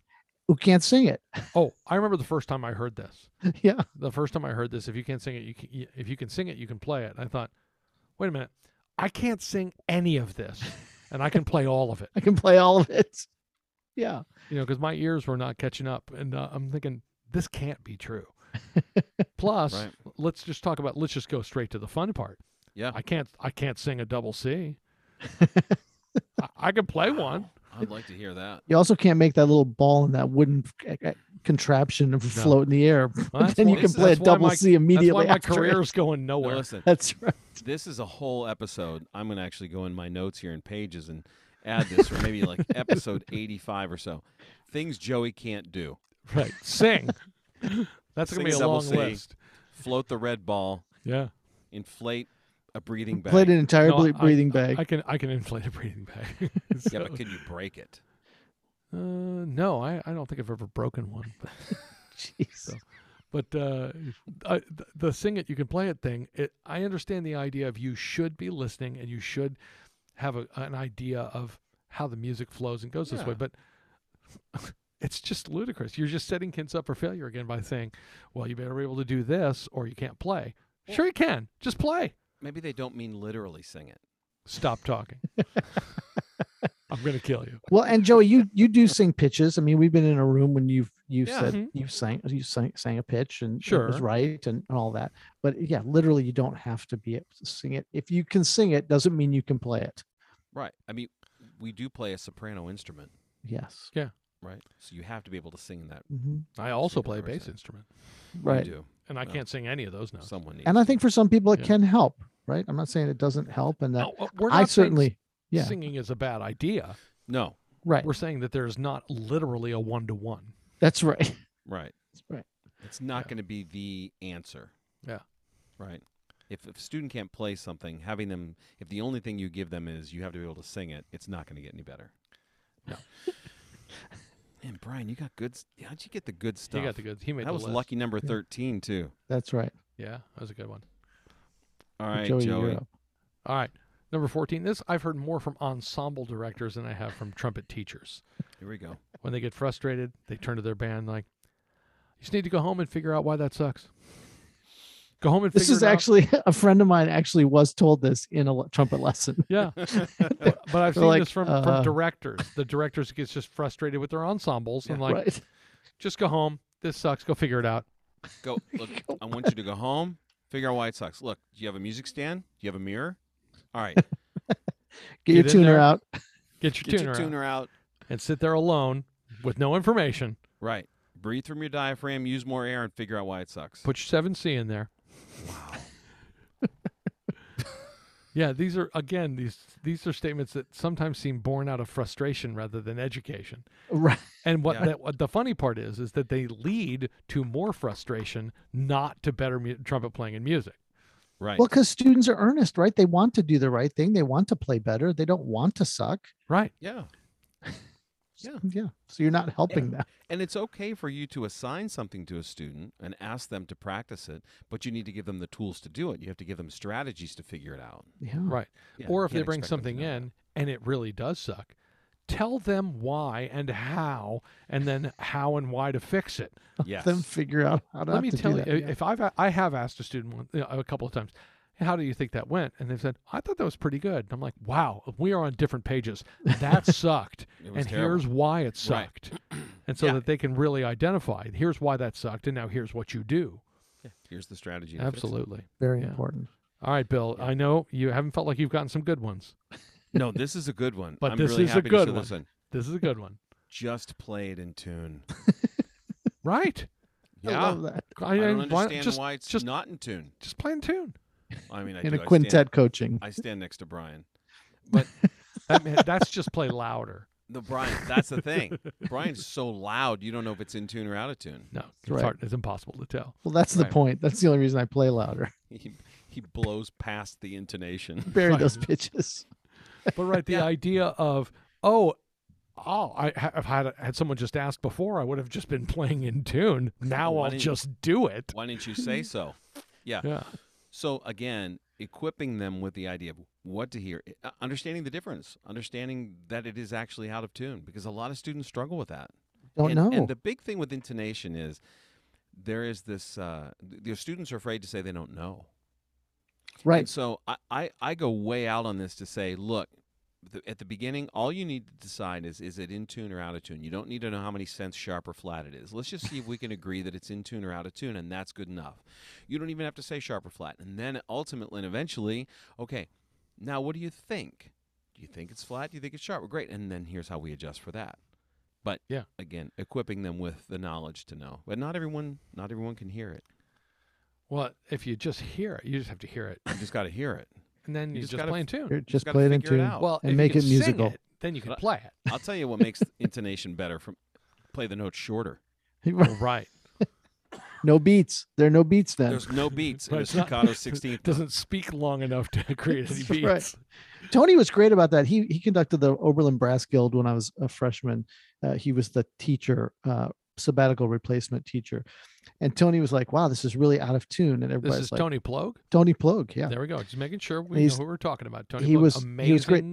who can't sing it.
Oh, I remember the first time I heard this.
yeah.
The first time I heard this, if you can't sing it, you can, you- if you can sing it, you can play it. I thought, wait a minute, I can't sing any of this, and I can play all of it.
I can play all of it. Yeah.
you know, because my ears were not catching up, and uh, I'm thinking this can't be true. Plus,
Right.
let's just talk about. Let's just go straight to the fun part.
Yeah.
I can't. I can't sing a double C. I, I can play one.
I'd like to hear that.
You also can't make that little ball in that wooden c- c- contraption and float in the air.
Well, that's
then you
why-
can play a
that's why
double
my-
C
That's
immediately
why my
after it.
career's going
No,
nowhere.
listen,
That's right.
this is a whole episode. I'm going to actually go in my notes here in pages and add this, or maybe like episode 85 or so. Things Joey can't do
right, sing. That's
Sing
gonna be a
double
long
C.
list.
float the red ball,
Yeah,
inflate a breathing bag.
Played an entire
No,
ble-
I-
breathing
I-
bag.
I can. I can inflate a breathing bag.
yeah, but
So,
can you break it?
uh, no, I, I don't think I've ever broken one. but-
Jeez.
But uh, I, th- the sing it, you can play it thing, it, I understand the idea of you should be listening and you should have a, an idea of how the music flows and goes this way.
Yeah.
But it's just ludicrous. You're just setting kids up for failure again by saying, well, you better be able to do this or you can't play.
Well-
sure, you can. Just play.
Maybe they don't mean literally sing it.
Stop talking. I'm going to kill you.
Well, and Joey, you you do sing pitches. I mean, we've been in a room when you've you
Yeah.
said
Mhm.
you sang you sang, sang a pitch and it was
Sure.
right and, and all that. But yeah, literally, you don't have to be able to sing it. If you can sing it, doesn't mean you can play it.
Right. I mean, we do play a soprano instrument,
Yes.
right? So you have to be able to sing that.
hmm
I also
Sing it
play a
for a
bass
second.
instrument
Right.
You do.
and I
Well,
can't sing any of those notes.
Someone needs
And I
to.
think for some people, it
Yeah.
can help. Right. I'm not saying it doesn't help, and that
No, uh, we're not
I
saying s-
certainly. yeah.
singing is a bad idea.
No.
Right.
We're saying that there's not literally a one to one.
That's right.
Right.
That's right.
It's not
Yeah.
going to be the answer.
Yeah.
Right. If, if a student can't play something, having them, if the only thing you give them is you have to be able to sing it, it's not going to get any better.
No.
Man, Brian, you got good. s- How'd you get the good stuff?
He got the good. He made
That
the
was
list.
lucky number
Yeah.
13, too.
That's right.
Yeah, that was a good one.
All right,
Joey,
Joey.
you're up.
All right, number fourteen. This I've heard more from ensemble directors than I have from trumpet teachers.
Here we go.
When they get frustrated, they turn to their band like, "You just need to go home and figure out why that sucks. Go home and
This
figure
is
it out."
actually a friend of mine actually was told this in a l- trumpet lesson.
Yeah, but, but I've
They're
seen
like,
this from,
uh,
from directors. The directors gets just frustrated with their ensembles and
Yeah,
like,
right.
just go home. This sucks. Go figure it out.
Go. Look, I want you to go home, figure out why it sucks. Look, do you have a music stand? Do you have a mirror? All right.
Get,
Get
your
in
tuner
there.
out.
Get your
Get
tuner,
your
out
tuner out.
and sit there alone with no information.
Right. Breathe from your diaphragm, use more air, and figure out why it sucks.
Put your seven C in there. yeah, these are again these these are statements that sometimes seem born out of frustration rather than education.
Right.
And what,
Yeah.
that, what the funny part is is that they lead to more frustration, not to better mu- trumpet playing and music.
right.
Well, because students are earnest, right? They want to do the right thing. They want to play better. They don't want to suck.
Right.
yeah.
Yeah. Yeah. So you're not helping them.
And it's okay for you to assign something to a student and ask them to practice it, but you need to give them the tools to do it. You have to give them strategies to figure it out.
Yeah.
Right.
Hmm. Yeah,
or
you
if they
can't
bring
expect them to
something
know that.
in and it really does suck, tell them why and how, and then how and why to fix it.
Yes.
Them figure out how to,
Let me
to
tell
do
you,
that.
i- if I've a- I have asked a student one, you know, a couple of times, how do you think that went? And they've said, I thought that was pretty good. And I'm like, wow, we are on different pages. That sucked,
It was
and
terrible.
here's why it sucked, and so
Yeah.
that they can really identify. Here's why that sucked, and now here's what you do.
Yeah, here's the strategy. to fix it.
Absolutely.
Very
yeah.
important.
All right, Bill. I know you haven't felt like you've gotten some good ones.
No, this is a good one.
But
I'm
this
really
is a
happy to
good
see
one.
this one.
This is a good one,
Just play it in tune.
right?
I
yeah.
love that.
I don't
why-
understand
just,
why it's
just
not in tune.
just play in tune.
I mean, I do.
In a
I stand-
quintet coaching.
I stand next to Brian.
That man, that's just play louder.
The Brian, that's the thing. Brian's so loud, you don't know if it's in tune or out of tune.
No, it's
right.
hard. It's impossible to tell.
Well, that's
Right.
the point. That's the only reason I play louder.
He he blows past the intonation.
Bury
Right.
those pitches.
But right, the
Yeah.
idea of oh, oh, I ha- I've had had someone just ask before, I would have just been playing in tune. Now
Why
I'll
didn't-
just do it.
Why didn't you say so? Yeah.
Yeah,
So again, equipping them with the idea of what to hear, uh, understanding the difference, understanding that it is actually out of tune, because a lot of students struggle with that.
Don't
and,
know.
And the big thing with intonation is there is this, uh, th- the students are afraid to say they don't know.
right.
And so I, I, I go way out on this to say, look, the, at the beginning, all you need to decide is is it in tune or out of tune. You don't need to know how many cents sharp or flat it is. Let's just see if we can agree that it's in tune or out of tune, and that's good enough. You don't even have to say sharp or flat. And then ultimately and eventually, okay, now what do you think? Do you think it's flat? Do you think it's sharp? Well, great. And then here's how we adjust for that. But
Yeah.
again, equipping them with the knowledge to know. But not everyone not everyone can hear it.
Well, if you just hear it, you just have to hear it,
You just gotta hear it.
and then you,
You just
just,
gotta
play in tune.
Here, just
gotta
play it
figure it
into
out.
Well,
and
if you
make
can
it
sing
musical.
it, then you can
But I-
play it.
I'll tell you what makes intonation better from play the notes shorter.
right.
no beats. There are no beats then.
There's no beats in
Right,
a
it's not-
staccato 16th.
Doesn't speak long enough to create any
That's
beats.
right. Tony was great about that. He he conducted the Oberlin Brass Guild when I was a freshman. Uh, he was the teacher, uh, sabbatical replacement teacher, and Tony was like, "Wow, this is really out of tune." And
This
everybody's
is
like,
Tony Plogue.
"Tony Plogue, yeah,
There we go. Just making sure we know
He's-
who we're talking about. Tony
he
Ploug,
was-
amazing
he was great.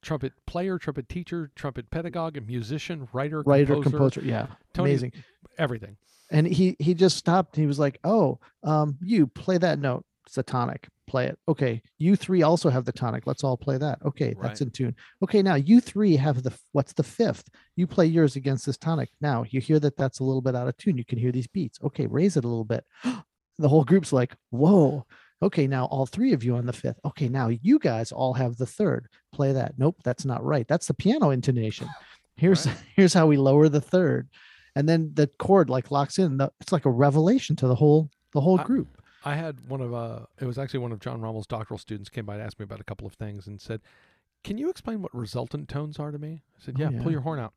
trumpet player, trumpet teacher, trumpet pedagogue, and musician, writer,
writer,
composer,
composer, yeah,
Tony-
amazing."
everything.
And he he just stopped. He was like, "Oh, um, you play that note. It's a tonic. Play it. Okay, you three also have the tonic. Let's all play that. Okay,
Right.
that's in tune. Okay, now you three have the f- what's the fifth? You play yours against this tonic. Now you hear that that's a little bit out of tune. You can hear these beats. Okay, raise it a little bit. the whole group's like, whoa. Okay, now all three of you on the fifth. Okay, now you guys all have the third. Play that. Nope, that's not right. That's the piano intonation. Here's
Right.
here's how we lower the third, and then the chord like locks in. The, it's like a revelation to the whole the whole
Uh,
I-
group.
I had one of uh, it was actually one of John Rommel's doctoral students came by and asked me about a couple of things and said, "Can you explain what resultant tones are to me?" I said,
Oh,
"Yeah,
yeah.
pull your horn out."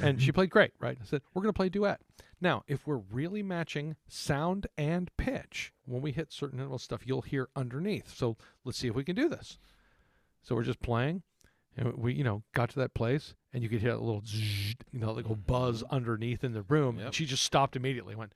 and she played great, right? I said, "We're going to play duet." Now, if we're really matching sound and pitch when we hit certain interval stuff, you'll hear underneath. So let's see if we can do this. So we're just playing, and we you know got to that place, and you could hear a little zzz, you know like a buzz underneath in the room.
Yep.
And she just stopped immediately, and went,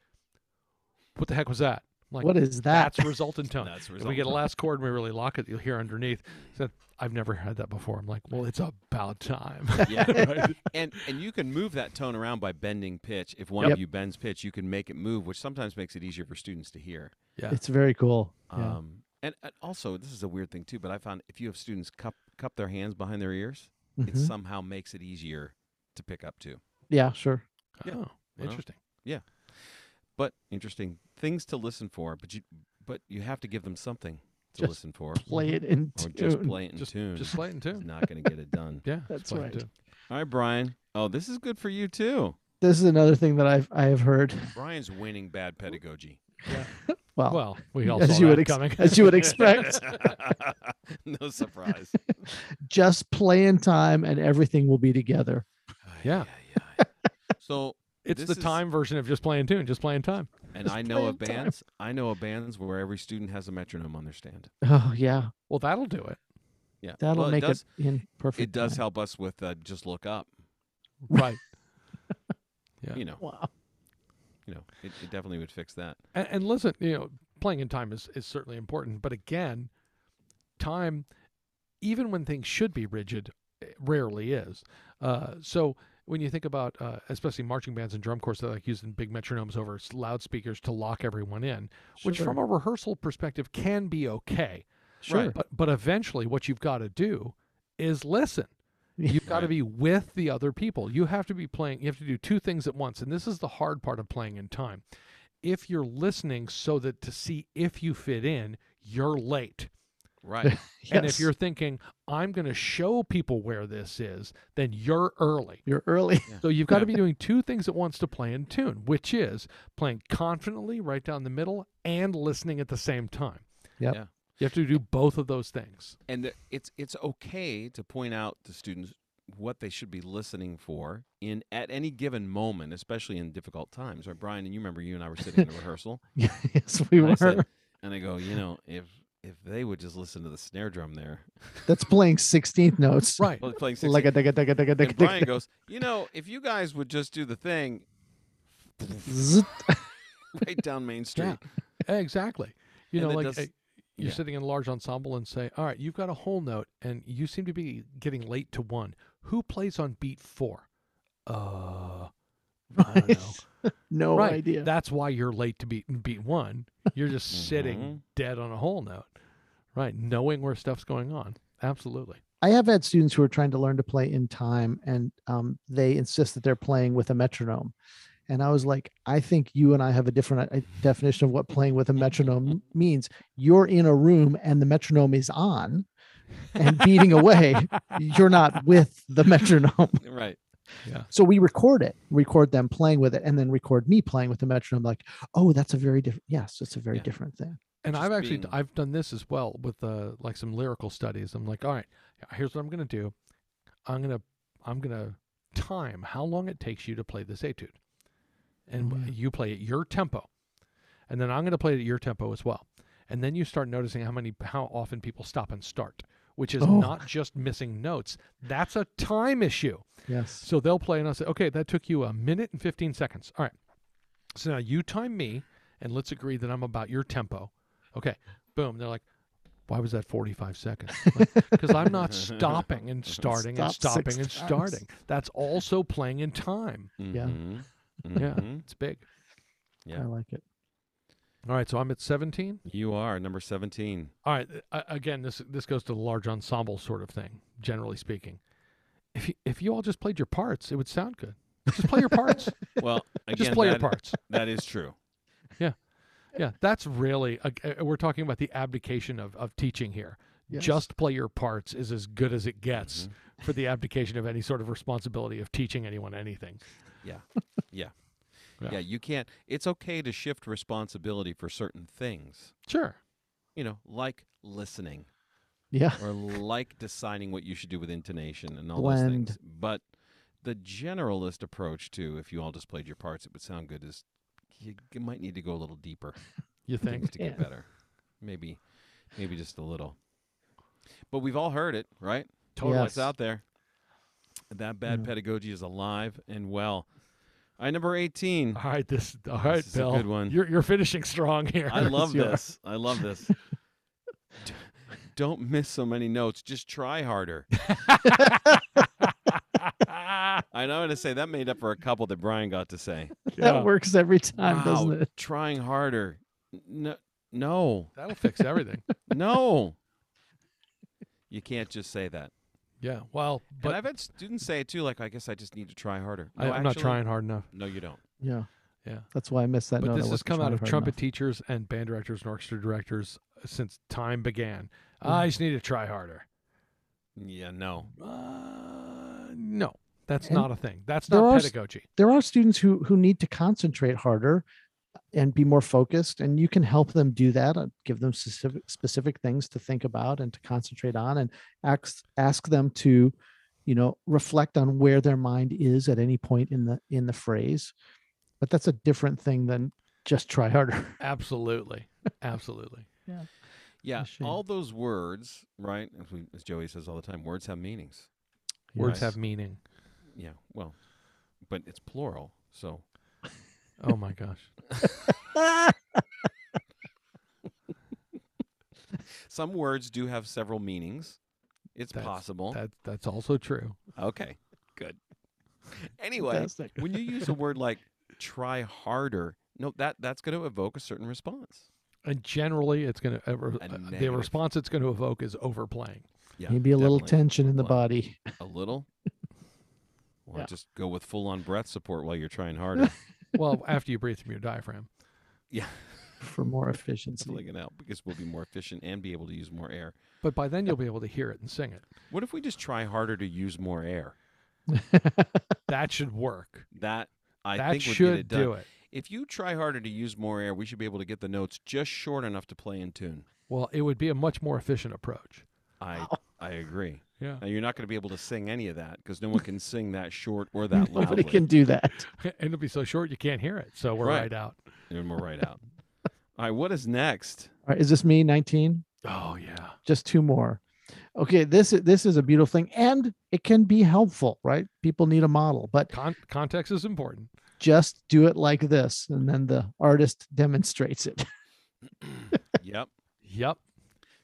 "What the heck was that?" I'm like,
what is that?
That's resultant tone.
That's
If we get a last chord and we really lock it, you'll hear underneath. So I've never heard that before. I'm like, well, it's about time. Oh,
yeah.
Right?
And and you can move that tone around by bending pitch. If one of
Yep.
you bends pitch, you can make it move, which sometimes makes it easier for students to hear.
Yeah.
It's very cool. Yeah.
Um, and, and also, this is a weird thing too, but I found if you have students cup cup their hands behind their ears, it
Mhm.
somehow makes it easier to pick up too.
Mm-hmm. Yeah, sure.
Yeah.
Oh,
You know?
interesting.
But interesting things to listen for. But you but you have to give them something to
Just
listen for,
Play it in
or
tune.
just play it in
Just,
tune.
just play it in
It's
tune.
not going to get it done.
Yeah. just
That's
play it in
right.
tune.
All right, Brian. Oh, this is good for you too.
this is another thing that I've I have heard.
Brian's winning bad pedagogy.
Well,
Well, we all
Oh. As
saw
you would
that
ex-
coming.
as you would expect.
no surprise.
just play in time and everything will be together.
Yeah.
So,
it's
This
the
is-
time version of just playing tune, just playing time.
and
Just
I know of
play in time.
bands. I know of bands where every student has a metronome on their stand.
Oh yeah,
Well, that'll do it.
Yeah,
that'll
Well,
make
it. Does,
it in perfect.
it does
time.
help us with uh, just look up.
Right. Yeah.
You know,
Wow.
you know, it, it definitely would fix that.
and, and listen, you know, playing in time is, is certainly important, but again, time, even when things should be rigid, it rarely is. Uh, so when you think about, uh, especially marching bands and drum corps that like using big metronomes over s- loudspeakers to lock everyone in, which
Sure.
from a rehearsal perspective can be okay,
sure.
Right.
but but eventually what you've got to do is listen. You've got to
Right.
be with the other people. You have to be playing, you have to do two things at once. And this is the hard part of playing in time. If you're listening so that to see if you fit in, you're late.
Right.
And if
Yes,
you're thinking, I'm going to show people where this is, then you're early.
you're early.
So you've got
Yeah.
to be doing two things at once to play in tune, which is playing confidently right down the middle and listening at the same time.
Yep.
Yeah.
You have to do both of those things.
and the, it's it's okay to point out to students what they should be listening for in at any given moment, especially in difficult times. Right, Brian? And you remember you and I were sitting in a rehearsal.
yes, we
and I
were.
said- and I go, you know, if if they would just listen to the snare drum there,
That's playing sixteenth notes.
Right.
well, it's playing six.
Like a digga digga digga digga
and Brian
digga.
goes, you know, if you guys would just do the thing
Zzzt.
right down Main Street,
Exactly. You
And
know,
it
like
does-
eh, you're
Yeah.
sitting in a large ensemble and say, all right, you've got a whole note and you seem to be getting late to one. Who plays on beat four? Uh, I don't know.
no
right.
idea.
That's why you're late to beat beat one. You're just sitting
Mhm.
dead on a whole note, right? Knowing where stuff's going on. Absolutely.
I have had students who are trying to learn to play in time and um, they insist that they're playing with a metronome. And I was like, I think you and I have a different uh, definition of what playing with a metronome means. You're in a room and the metronome is on and beating away. You're not with the metronome.
Right.
So we record it, record them playing with it, and then record me playing with the metronome. Like, oh, that's a very different. Yes, it's a very
Yeah.
different thing.
and
Just
I've actually
being-
I've done this as well with uh, like some lyrical studies. I'm like, all right, here's what I'm gonna do. I'm gonna I'm gonna time how long it takes you to play this etude, and
Oh, yeah.
you play at your tempo, and then I'm gonna play it at your tempo as well, and then you start noticing how many how often people stop and start, which is
Oh.
not just missing notes. That's a time issue.
Yes.
So they'll play, and I'll say, okay, that took you a minute and 15 seconds. All right. So now you time me, and let's agree that I'm about your tempo. Okay. Boom. They're like, why was that 45 seconds? Because I'm not stopping and starting and
Stop six
stopping and
times.
starting. That's also playing in time.
Yeah.
Mhm.
Yeah.
Mhm.
It's big.
Yeah.
I like it.
All right. So I'm at 17.
You are number 17.
All right. Uh, again, this this goes to the large ensemble sort of thing, generally speaking. If you, if you all just played your parts, it would sound good. Just play your parts.
Well, again,
just play your
that-
parts.
that is true.
Yeah, that's really a, a- we're talking about the abdication of, of teaching here.
Yes.
Just play your parts is as good as it gets
Mm-hmm.
for the abdication of any sort of responsibility of teaching anyone anything.
Yeah.
Yeah.
you can't. It's okay to shift responsibility for certain things,
Sure.
you know, like listening
yeah.
or like deciding what you should do with intonation and all those
Blend.
things. But the generalist approach to if you all just played your parts, it would sound good is you, you might need to go a little deeper
You
for things
think?
to get
Yeah.
better. Maybe, maybe just a little. But we've all heard it, right?
totally.
It's out there. That bad
Yeah.
pedagogy is alive and well. I number 18.
All right, this all right,
is a
Bill.
good one.
You're you're finishing strong here.
I love
you are.
this. I love this. D- Don't miss so many notes. Just try harder. I know I'm going to say that made up for a couple that Brian got to say.
Yeah.
That works every time,
Wow,
doesn't it?
Trying harder. No, no,
That'll fix everything.
no. You can't just say that.
Yeah. Well,
But
but
I've had students say it too. Like, I guess I just need to try harder.
I,
No,
I'm not
actually,
trying hard enough.
No, you don't.
Yeah.
Yeah.
That's why I missed that.
but
note. I
this has
wasn't
come out
trying
of
hard
trumpet
enough.
teachers and band directors and orchestra directors uh, since time began.
Mm-hmm.
Mhm.
I just need to try harder.
Yeah, no.
Uh, no, that's
And
not a thing. That's
there
not
are s-
pedagogy.
There are students who who need to concentrate harder and be more focused, and you can help them do that. uh, Give them specific specific things to think about and to concentrate on, and ask ask them to, you know, reflect on where their mind is at any point in the in the phrase. But that's a different thing than just try harder.
Absolutely, absolutely.
Yeah,
shame.
all those words, right? As, we, as Joey says all the time, words have meanings.
Words
Yes.
have meaning.
Yeah, well, but it's plural. So
Oh my gosh.
some words do have several meanings. It's
That's-
possible.
That that's also true.
Okay, good. Anyway,
Fantastic.
when you use a word like try harder, no, that that's going to evoke a certain response.
And generally, it's going to
A
uh, the
negative.
response it's going to evoke is overplaying.
Yeah,
Maybe a little
definitely.
tension in the
Wow.
body.
A little. Or
Yeah.
just go with full on breath support while you're trying harder.
Well, after you breathe from your diaphragm.
yeah,
for more efficiency.
definitely going to help because we'll be more efficient and be able to use more air.
But by then you'll be able to hear it and sing it.
What if we just try harder to use more air?
That should work.
That I
that
think
should
would get it done.
do it.
If you try harder to use more air, we should be able to get the notes just short enough to play in tune.
Well, it would be a much more efficient approach.
I I agree.
Yeah.
Now you're not going to be able to sing any of that because no one can sing that short or that
Nobody
loudly.
can do that.
and it'll be so short you can't hear it. So we're
Right.
right, out.
And we're right out. All right, what is next?
All right, is this me? Nineteen?
Oh yeah.
just two more. Okay, this i- this is a beautiful thing, and it can be helpful, right? People need a model, but
Con- context is important.
just do it like this, and then the artist demonstrates it.
Yep.
Yep.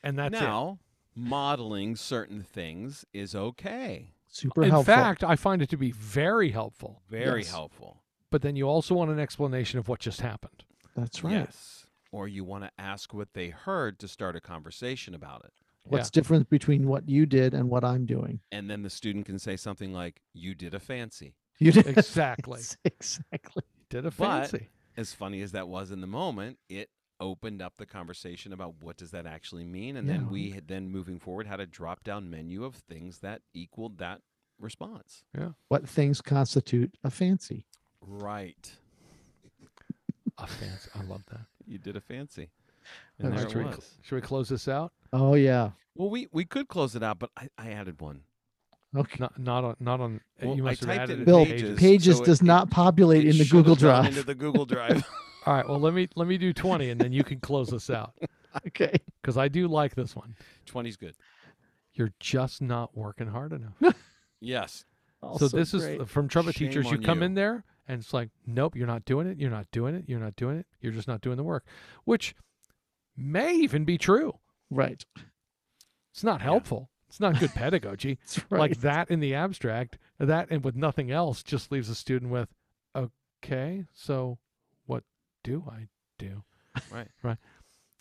and that's it.
now, modeling certain things is okay.
Super
In
helpful.
fact, I find it to be very helpful.
Very
Yes.
helpful.
But then you also want an explanation of what just happened.
That's right.
Yes. Or you want to ask what they heard to start a conversation about it.
What's different between what you did and what I'm doing?
And then the student can say something like, You did a fancy.
You did
Exactly.
exactly.
Did a
But-
fancy.
As funny as that was in the moment, it opened up the conversation about what does that actually mean and then
Yeah.
we had then moving forward had a drop down menu of things that equaled that response
What things constitute a fancy?
right
A fancy. I love that.
you did a fancy
And
All
there
right,
it
should, we, cl- should we close this out?
Oh yeah.
well we we could close it out but i, I added one
Okay.
Not, not on. Not on. uh,
Well,
you
I
must have
typed
added
in
it
Bill,
pages.
pages.
Pages
So it-
does
it-
not populate
It
in the
should have
Google
gone
Drive.
into the google drive
All right. Well, let me let me do twenty, and then you can close this out
okay.
because I do like this one.
20's good
You're just not working hard enough.
yes
so this is from trumpet
Shame
teachers. You
on
come
you.
in there and it's like, nope, you're not doing it. You're not doing it. You're not doing it. You're just not doing the work, which may even be true.
right.
It's not helpful. It's not good pedagogy.
That's right.
Like that in the abstract, that and with nothing else just leaves the student with, okay, so what do I do?
Right.
Right.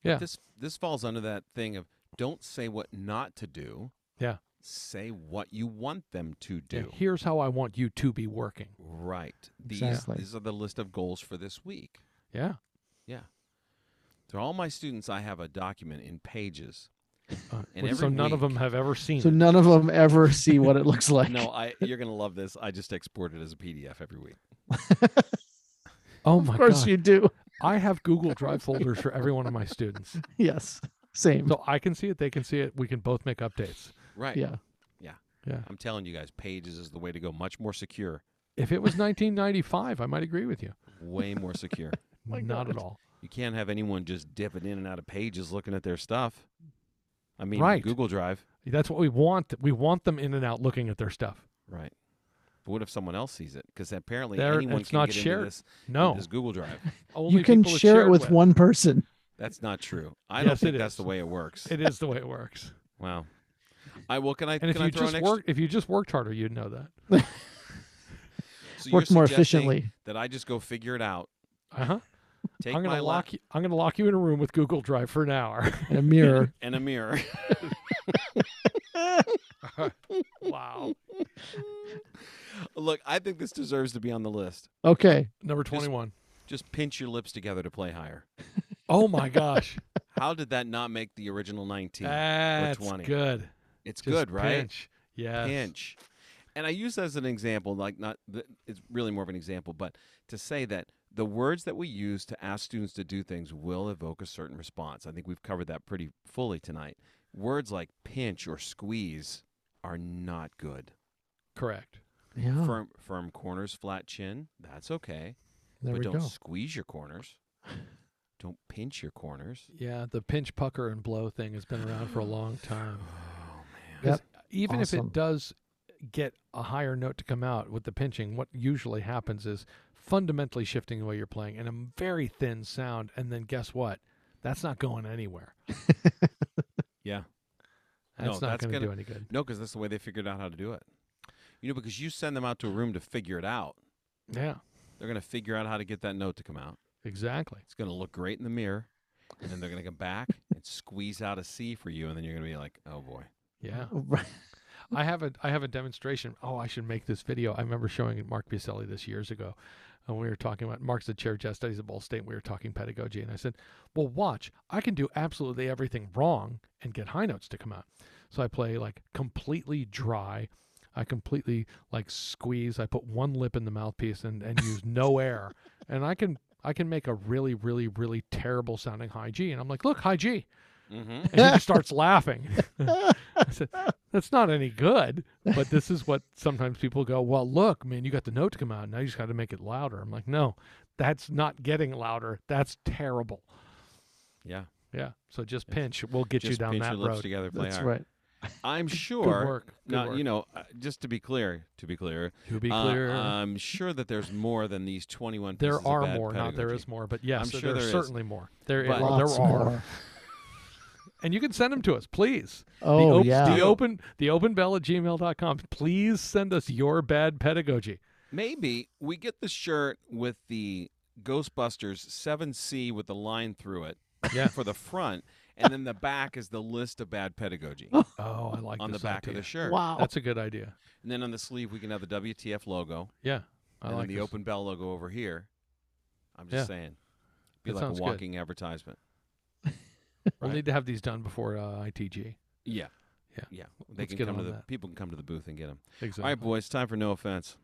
Yeah.
This this falls under that thing of don't say what not to do.
Yeah.
Say what you want them to
Yeah,
do.
Here's how I want you to be working.
Right. These
Exactly.
these are the list of goals for this week.
Yeah.
Yeah. To all my students, I have a document in pages.
Uh,
And
which- so
every
none of them
week-
have ever seen
so
it.
none of them ever see what it looks like.
No, oh I you're gonna love this. I just export it as a PDF every week.
Oh
of
my
course
gosh.
you do.
I have Google Drive folders for every one of my students.
Yes. Same.
So I can see it, they can see it, we can both make updates.
Right.
Yeah.
Yeah.
I'm telling you guys, pages is the way to go. Much more secure.
If it was 1995, I might agree with you.
Way more secure.
My
Not at
God.
all.
You can't have anyone just dipping in and out of pages looking at their stuff. I mean
Right.
Google Drive.
That's what we want. We want them in and out looking at their stuff.
Right. But what if someone else sees it? Because apparently
There-
anyone
it's
can
not
get
shared.
into this,
No.
this Google Drive.
Only
You can
people it's
share it
shared
with, one person.
That's not true. I don't
Yes,
think
it
that's
is.
the way it works.
It is the way it works.
wow. I well, can I
And if
can I
you
throw an
just
extra?
work, if you just worked harder, you'd know that.
so you're
Work more
suggesting
efficiently.
That I just go figure it out.
Uh huh.
Take
I'm
my
gonna
lap
lock you. I'm gonna lock you in a room with Google Drive for an hour.
And a mirror.
and a mirror.
wow.
Look, I think this deserves to be on the list.
Okay.
Number 21.
Just pinch your lips together to play higher.
Oh my gosh.
How did that not make the original 19?
That's
20.
good.
it's
Just
good, right?
Pinch. Yes.
pinch. And I use that as an example, like not th- it's really more of an example, but to say that the words that we use to ask students to do things will evoke a certain response. I think we've covered that pretty fully tonight. Words like pinch or squeeze are not good.
Correct.
Yeah.
Firm firm corners, flat chin, that's okay.
there
but
we
don't
go.
squeeze your corners. Don't pinch your corners.
Yeah. The pinch, pucker, and blow thing has been around for a long time.
Oh man.
'Cause even if
Awesome.
it does get a higher note to come out with the pinching, what usually happens is fundamentally shifting the way you're playing and a very thin sound. And then guess what? That's not going anywhere.
Yeah. No,
That's not
that's
going
gonna-
to do any good.
No, because that's the way they figured out how to do it. You know, because you send them out to a room to figure it out.
Yeah,
They're going to figure out how to get that note to come out.
exactly.
It's going to look great in the mirror. And then they're going to come back and squeeze out a C for you. And then you're going to be like, oh boy.
Yeah.
Right.
I have a I have a demonstration. Oh, I should make this video. I remember showing it Mark Buselli this years ago, and we were talking about Mark's the chair of jazz studies at Ball State. And we were talking pedagogy, and I said, "Well, watch, I can do absolutely everything wrong and get high notes to come out." So I play like completely dry. I completely like squeeze. I put one lip in the mouthpiece and and use no air, and I can I can make a really really really terrible sounding high G. And I'm like, "Look, high G,"
Mm-hmm.
and he just starts laughing. I said, that's not any good. But this is what sometimes people go, well, look, man, you got the note to come out. Now you just got to make it louder. I'm like, no, that's not getting louder. That's terrible.
Yeah.
Yeah. So just
Yes.
pinch. We'll get
Just
you down
pinch
that
your lips
road.
together. Play
That's
hard.
right.
I'm
Good
sure.
work. Good
Now,
work.
you know, uh, just to be clear, to be clear,
to be
uh,
clear,
I'm sure that there's more than these 21 pieces
there
of
are
bad
more. Not there
pedagogy.
is more, but yes,
I'm sure there
there's
is.
certainly more. There,
But-
there
Lots
are.
more.
and you can send them to us, please. the
Oh
op-
yeah.
the open the open bell at gmail.com. Please send us your bad pedagogy.
Maybe we get the shirt with the Ghostbusters 7C with the line through it
Yeah.
for the front, and then the back is the list of bad pedagogy
Oh, I like
on the
this
back of
idea.
the shirt.
Wow.
That's a good idea.
And then on the sleeve, we can have the WTF logo
Yeah, I
and
like
then the
this.
open bell logo over here. I'm just
Yeah.
saying. Be
That
like a
sounds good.
walking advertisement.
We'll
right?
need to have these done before uh, ITG.
Yeah.
Yeah.
Yeah. They
Let's
can
get
come to
on
the
that.
people can come to the booth and get them.
Exactly.
All right, boys, time for no offense.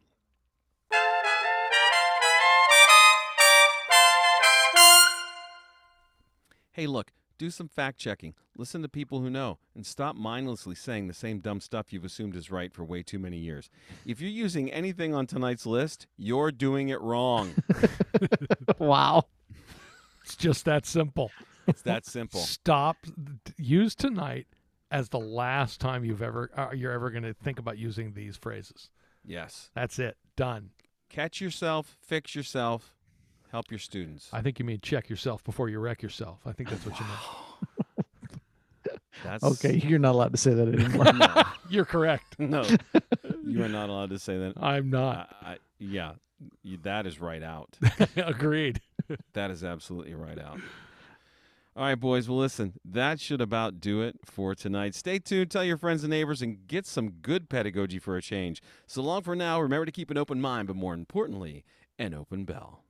Hey, look, do some fact checking. Listen to people who know and stop mindlessly saying the same dumb stuff you've assumed is right for way too many years. If you're using anything on tonight's list, you're doing it wrong.
wow.
It's just that simple.
it's that simple.
Stop. Use tonight as the last time you've ever uh, you're ever going to think about using these phrases.
Yes.
That's it. Done.
Catch yourself, fix yourself, help your students.
I think you mean check yourself before you wreck yourself. I think that's what you meant.
That's
Okay, you're not allowed to say that anymore.
No,
You're correct.
no. you are not allowed to say that
I'm
I,
not.
I, yeah, y- that is right out.
Agreed.
that is absolutely right out. All right, boys. Well, listen, that should about do it for tonight. Stay tuned, tell your friends and neighbors, and get some good pedagogy for a change. So long for now. Remember to keep an open mind, but more importantly, an open bell.